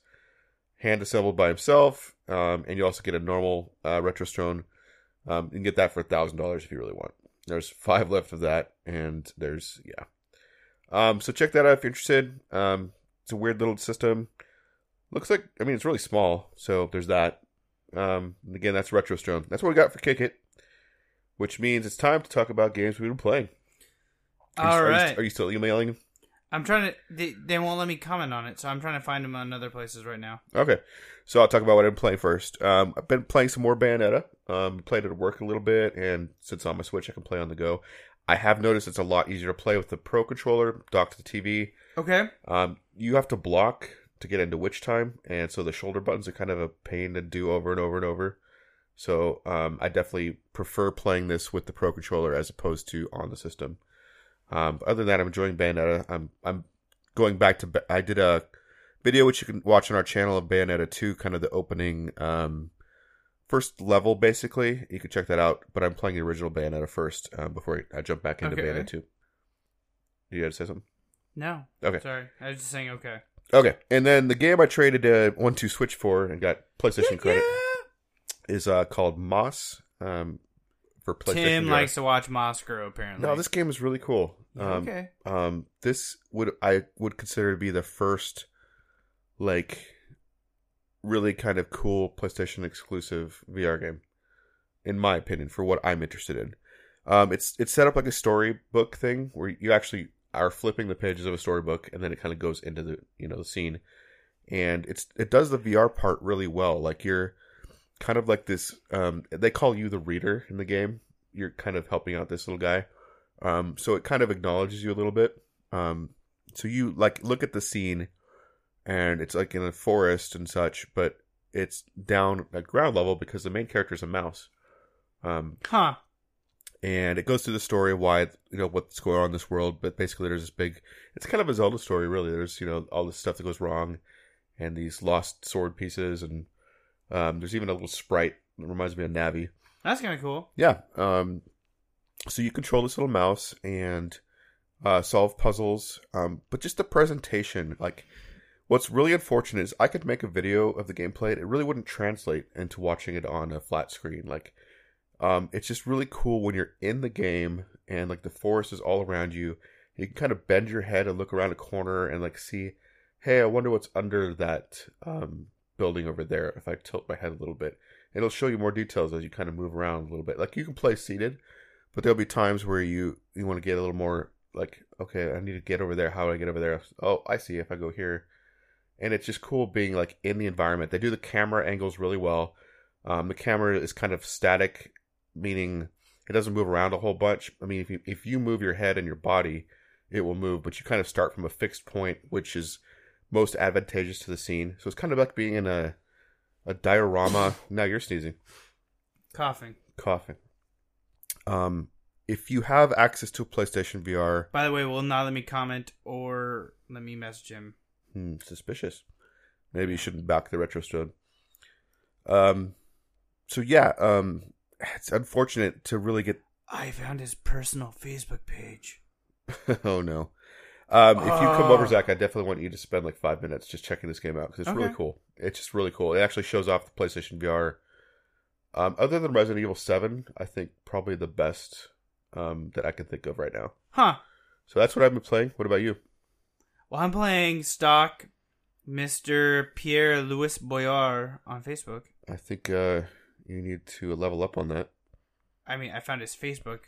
Speaker 4: hand assembled by himself, um, and you also get a normal uh, retro stone. Um, you can get that for $1,000 if you really want. There's five left of that, and there's, yeah. Um, so check that out if you're interested. Um, it's a weird little system. Looks like I mean it's really small, so there's that. Um, and again, that's RetroStone. That's what we got for Kick It, which means it's time to talk about games we've been playing. Are
Speaker 3: All
Speaker 4: you, Are
Speaker 3: right.
Speaker 4: you, are you still emailing?
Speaker 3: I'm trying to. They, they won't let me comment on it, so I'm trying to find them on other places right now.
Speaker 4: Okay, so I'll talk about what I've been playing first. Um, I've been playing some more Bayonetta. Um, played it at work a little bit, and since it's on my Switch, I can play on the go. I have noticed it's a lot easier to play with the Pro controller docked to the TV.
Speaker 3: Okay.
Speaker 4: Um, you have to block to get into witch time, and so the shoulder buttons are kind of a pain to do over and over and over. So um, I definitely prefer playing this with the pro controller as opposed to on the system. Um, other than that, I'm enjoying Bayonetta. I'm I'm going back to Ba- I did a video which you can watch on our channel of Bayonetta 2, kind of the opening um, first level, basically. You can check that out. But I'm playing the original Bayonetta first um, before I jump back into
Speaker 3: Okay.
Speaker 4: Bayonetta 2. You had to say something.
Speaker 3: No.
Speaker 4: Okay.
Speaker 3: Sorry. I was just saying. Okay.
Speaker 4: Okay, and then the game I traded uh, one two switch for and got PlayStation credit is uh, called Moss um, for PlayStation.
Speaker 3: Tim
Speaker 4: VR.
Speaker 3: likes to watch Moscow. Apparently.
Speaker 4: no, this game is really cool. Um,
Speaker 3: Okay.
Speaker 4: Um, this would I would consider to be the first, like, really kind of cool PlayStation exclusive VR game, in my opinion, for what I'm interested in. Um, it's it's set up like a storybook thing where you actually are flipping the pages of a storybook, and then it kind of goes into the you know the scene, and it's it does the VR part really well. Like you're kind of like this. Um, they call you the reader in the game. You're kind of helping out this little guy, um, so it kind of acknowledges you a little bit. Um, so you like look at the scene, and it's like in a forest and such, but it's down at ground level because the main character is a mouse. Um,
Speaker 3: Huh.
Speaker 4: and it goes through the story of why you know what's going on in this world but basically there's this big it's kind of a zelda story really there's you know all this stuff that goes wrong and these lost sword pieces and um, there's even a little sprite that reminds me of navi
Speaker 3: That's kind of cool.
Speaker 4: yeah um, so you control this little mouse and uh, solve puzzles um, but just the presentation like what's really unfortunate is i could make a video of the gameplay and it really wouldn't translate into watching it on a flat screen like um, it's just really cool when you're in the game and like the forest is all around you. You can kind of bend your head and look around a corner and like see, hey, I wonder what's under that um, building over there. If I tilt my head a little bit, it'll show you more details as you kind of move around a little bit. Like you can play seated, but there'll be times where you you want to get a little more like, okay, I need to get over there. How do I get over there? Oh, I see. If I go here, and it's just cool being like in the environment. They do the camera angles really well. Um, the camera is kind of static meaning it doesn't move around a whole bunch. I mean, if you if you move your head and your body, it will move, but you kind of start from a fixed point, which is most advantageous to the scene. So it's kind of like being in a a diorama. now you're sneezing,
Speaker 3: Coughing.
Speaker 4: coughing. Um, if you have access to a PlayStation VR,
Speaker 3: By the way, will not let me comment or let me message him.
Speaker 4: Hmm, suspicious. Maybe you shouldn't back the retro stone. Um, so yeah, um, it's unfortunate to really get
Speaker 3: I found his personal Facebook page.
Speaker 4: oh no. Um, if you come over,
Speaker 3: Ah.
Speaker 4: Zach, I definitely want you to spend like five minutes just checking this game out because it's really
Speaker 3: Okay.
Speaker 4: cool. It's just really cool. It actually shows off the PlayStation VR. Um, other than Resident Evil Seven, I think probably the best um, that I can think of right now.
Speaker 3: Huh.
Speaker 4: So that's what I've been playing. What about you?
Speaker 3: Well, I'm playing stock Mr. Pierre Louis Boyard on Facebook.
Speaker 4: I think uh, you need to level up on that.
Speaker 3: I mean, I found his Facebook.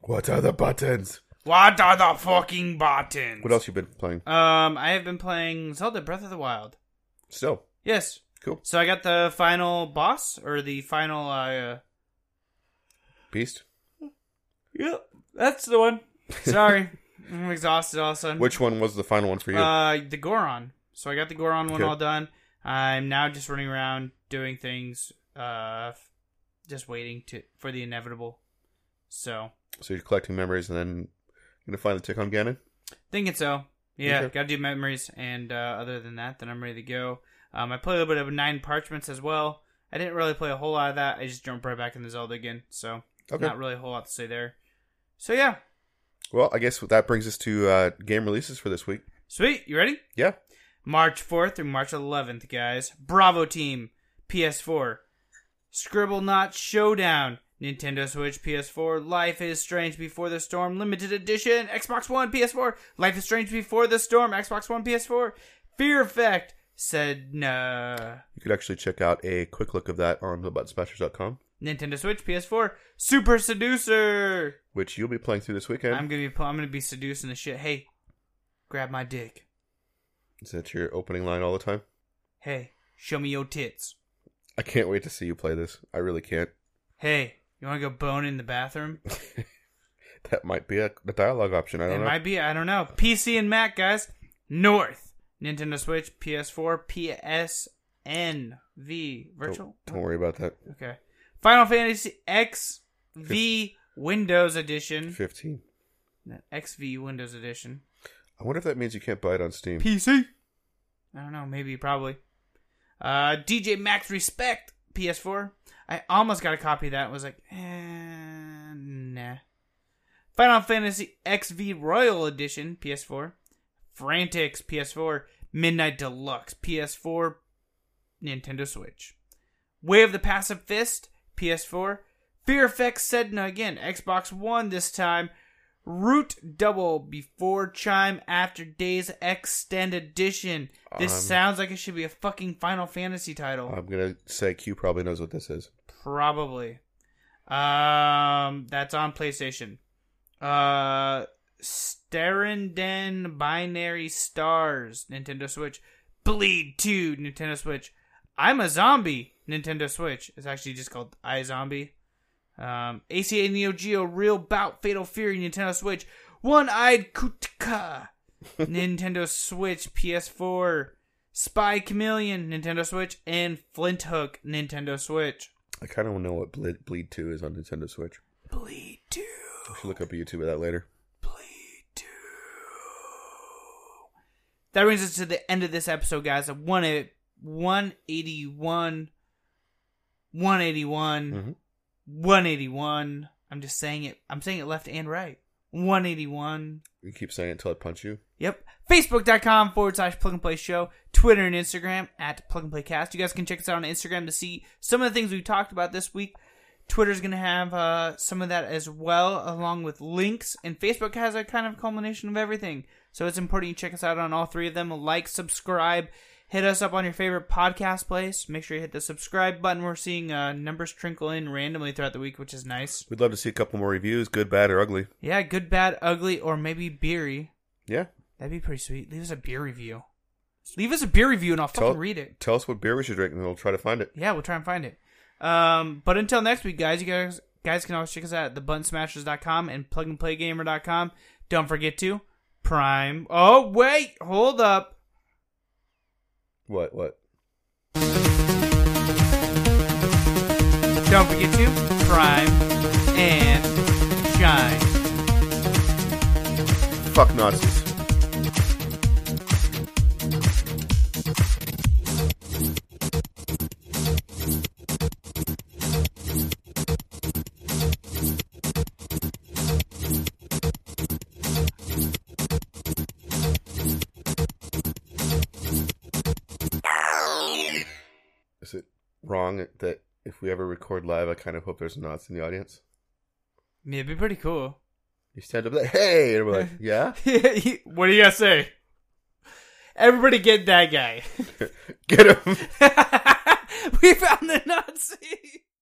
Speaker 4: What are the buttons?
Speaker 3: What are the fucking buttons?
Speaker 4: What else you been playing?
Speaker 3: Um, I have been playing Zelda Breath of the Wild.
Speaker 4: Still
Speaker 3: Yes.
Speaker 4: cool.
Speaker 3: So I got the final boss or the final uh
Speaker 4: Beast.
Speaker 3: Yep. That's the one. Sorry. I'm exhausted all of a sudden.
Speaker 4: Which one was the final one for you?
Speaker 3: Um, Uh, the Goron. So I got the Goron one
Speaker 4: Okay.
Speaker 3: all done. I'm now just running around doing things, uh, f- just waiting to for the inevitable. So
Speaker 4: so you're collecting memories and then you're gonna finally take on Ganon.
Speaker 3: thinking so. Yeah,
Speaker 4: Okay.
Speaker 3: gotta do memories, and uh, other than that, then I'm ready to go. Um, I played a little bit of Nine Parchments as well. I didn't really play a whole lot of that. I just jumped right back into Zelda again, so
Speaker 4: Okay.
Speaker 3: not really a whole lot to say there. So yeah,
Speaker 4: Well, I guess that brings us to uh, game releases for this week.
Speaker 3: sweet. You ready?
Speaker 4: Yeah.
Speaker 3: March 4th through March 11th, guys. Bravo Team, PS4. Scribble Knot Showdown, Nintendo Switch, PS4. Life is Strange Before the Storm, Limited Edition, Xbox One, PS4. Life is Strange Before the Storm, Xbox One, PS4. Fear Effect, said uh, no.
Speaker 4: You could actually check out a quick look of that on thebuttsmashers.com,
Speaker 3: Nintendo Switch, PS4. Super Seducer.
Speaker 4: which you'll be playing through this weekend.
Speaker 3: I'm gonna be pl- I'm gonna be seducing the shit. Hey, grab my dick.
Speaker 4: Is that your opening line all the time?
Speaker 3: Hey, show me your tits.
Speaker 4: I can't wait to see you play this. I really can't.
Speaker 3: Hey, you wanna go bone in the bathroom?
Speaker 4: That might be a, a dialogue option. I don't
Speaker 3: it
Speaker 4: know.
Speaker 3: might be. I don't know. PC and Mac, guys. North. Nintendo Switch, PS4, PSN, V. Virtual?
Speaker 4: Don't, don't worry about that.
Speaker 3: Okay. Final Fantasy XV Windows Edition.
Speaker 4: 15.
Speaker 3: XV Windows Edition.
Speaker 4: I wonder if that means you can't buy it on Steam.
Speaker 3: PC. I don't know. Maybe, probably. Uh, DJ Max Respect, PS4. I almost got a copy of that. and Was like, eh, nah. Final Fantasy XV Royal Edition, PS4. Frantics, PS4. Midnight Deluxe, PS4. Nintendo Switch. Way of the Passive Fist, PS4. Fear Effect Sedna again, Xbox One this time. Root Double Before Chime After Days Extended Edition. This
Speaker 4: Um,
Speaker 3: sounds like it should be a fucking Final Fantasy title.
Speaker 4: I'm going to say Q probably knows what this is.
Speaker 3: Probably. Um, that's on PlayStation. Uh, Starenden Binary Stars, Nintendo Switch. Bleed 2, Nintendo Switch. I'm a Zombie, Nintendo Switch. It's actually just called I Zombie. Um, ACA Neo Geo Real Bout Fatal Fury, Nintendo Switch. One Eyed Kutka, Nintendo Switch, PS4. Spy Chameleon, Nintendo Switch, and Flint Hook, Nintendo Switch.
Speaker 4: I kind of know what Bleed, Bleed 2 is on Nintendo Switch.
Speaker 3: Bleed two.
Speaker 4: I should look up a YouTube of that later.
Speaker 3: Bleed two. That brings us to the end of this episode, guys. Of one eight- 181. 181.
Speaker 4: Mhm.
Speaker 3: 181. I'm just saying it. I'm saying it left and right. 181.
Speaker 4: You keep saying it until I punch you.
Speaker 3: Yep. Facebook.com forward slash plug and play show. Twitter and Instagram at plug and play cast. You guys can check us out on Instagram to see some of the things we've talked about this week. Twitter's going to have uh, some of that as well, along with links. And Facebook has a kind of culmination of everything. So it's important you check us out on all three of them. Like, subscribe, hit us up on your favorite podcast place. Make sure you hit the subscribe button. We're seeing uh, numbers trickle in randomly throughout the week, which is nice.
Speaker 4: We'd love to see a couple more reviews, good, bad, or ugly.
Speaker 3: Yeah, good, bad, ugly, or maybe beery.
Speaker 4: Yeah.
Speaker 3: That'd be pretty sweet. Leave us a beer review. Leave us a beer review and I'll
Speaker 4: Tell-
Speaker 3: fucking read it.
Speaker 4: Tell us what beer we should drink and we'll try to find it.
Speaker 3: Yeah, we'll try and find it. Um, but until next week, guys, you guys guys can always check us out at thebuttonsmashers.com and plugandplaygamer.com. Don't forget to prime. Oh, wait. Hold up.
Speaker 4: What? What?
Speaker 3: Don't forget to prime and shine.
Speaker 4: Fuck Nazis. Is it wrong that if we ever record live, I kind of hope there's Nazis in the audience?
Speaker 3: Yeah, it'd be pretty cool.
Speaker 4: You stand up there, hey, and we're like, yeah,
Speaker 3: what do you guys say? Everybody get that guy.
Speaker 4: get him.
Speaker 3: we found the Nazi.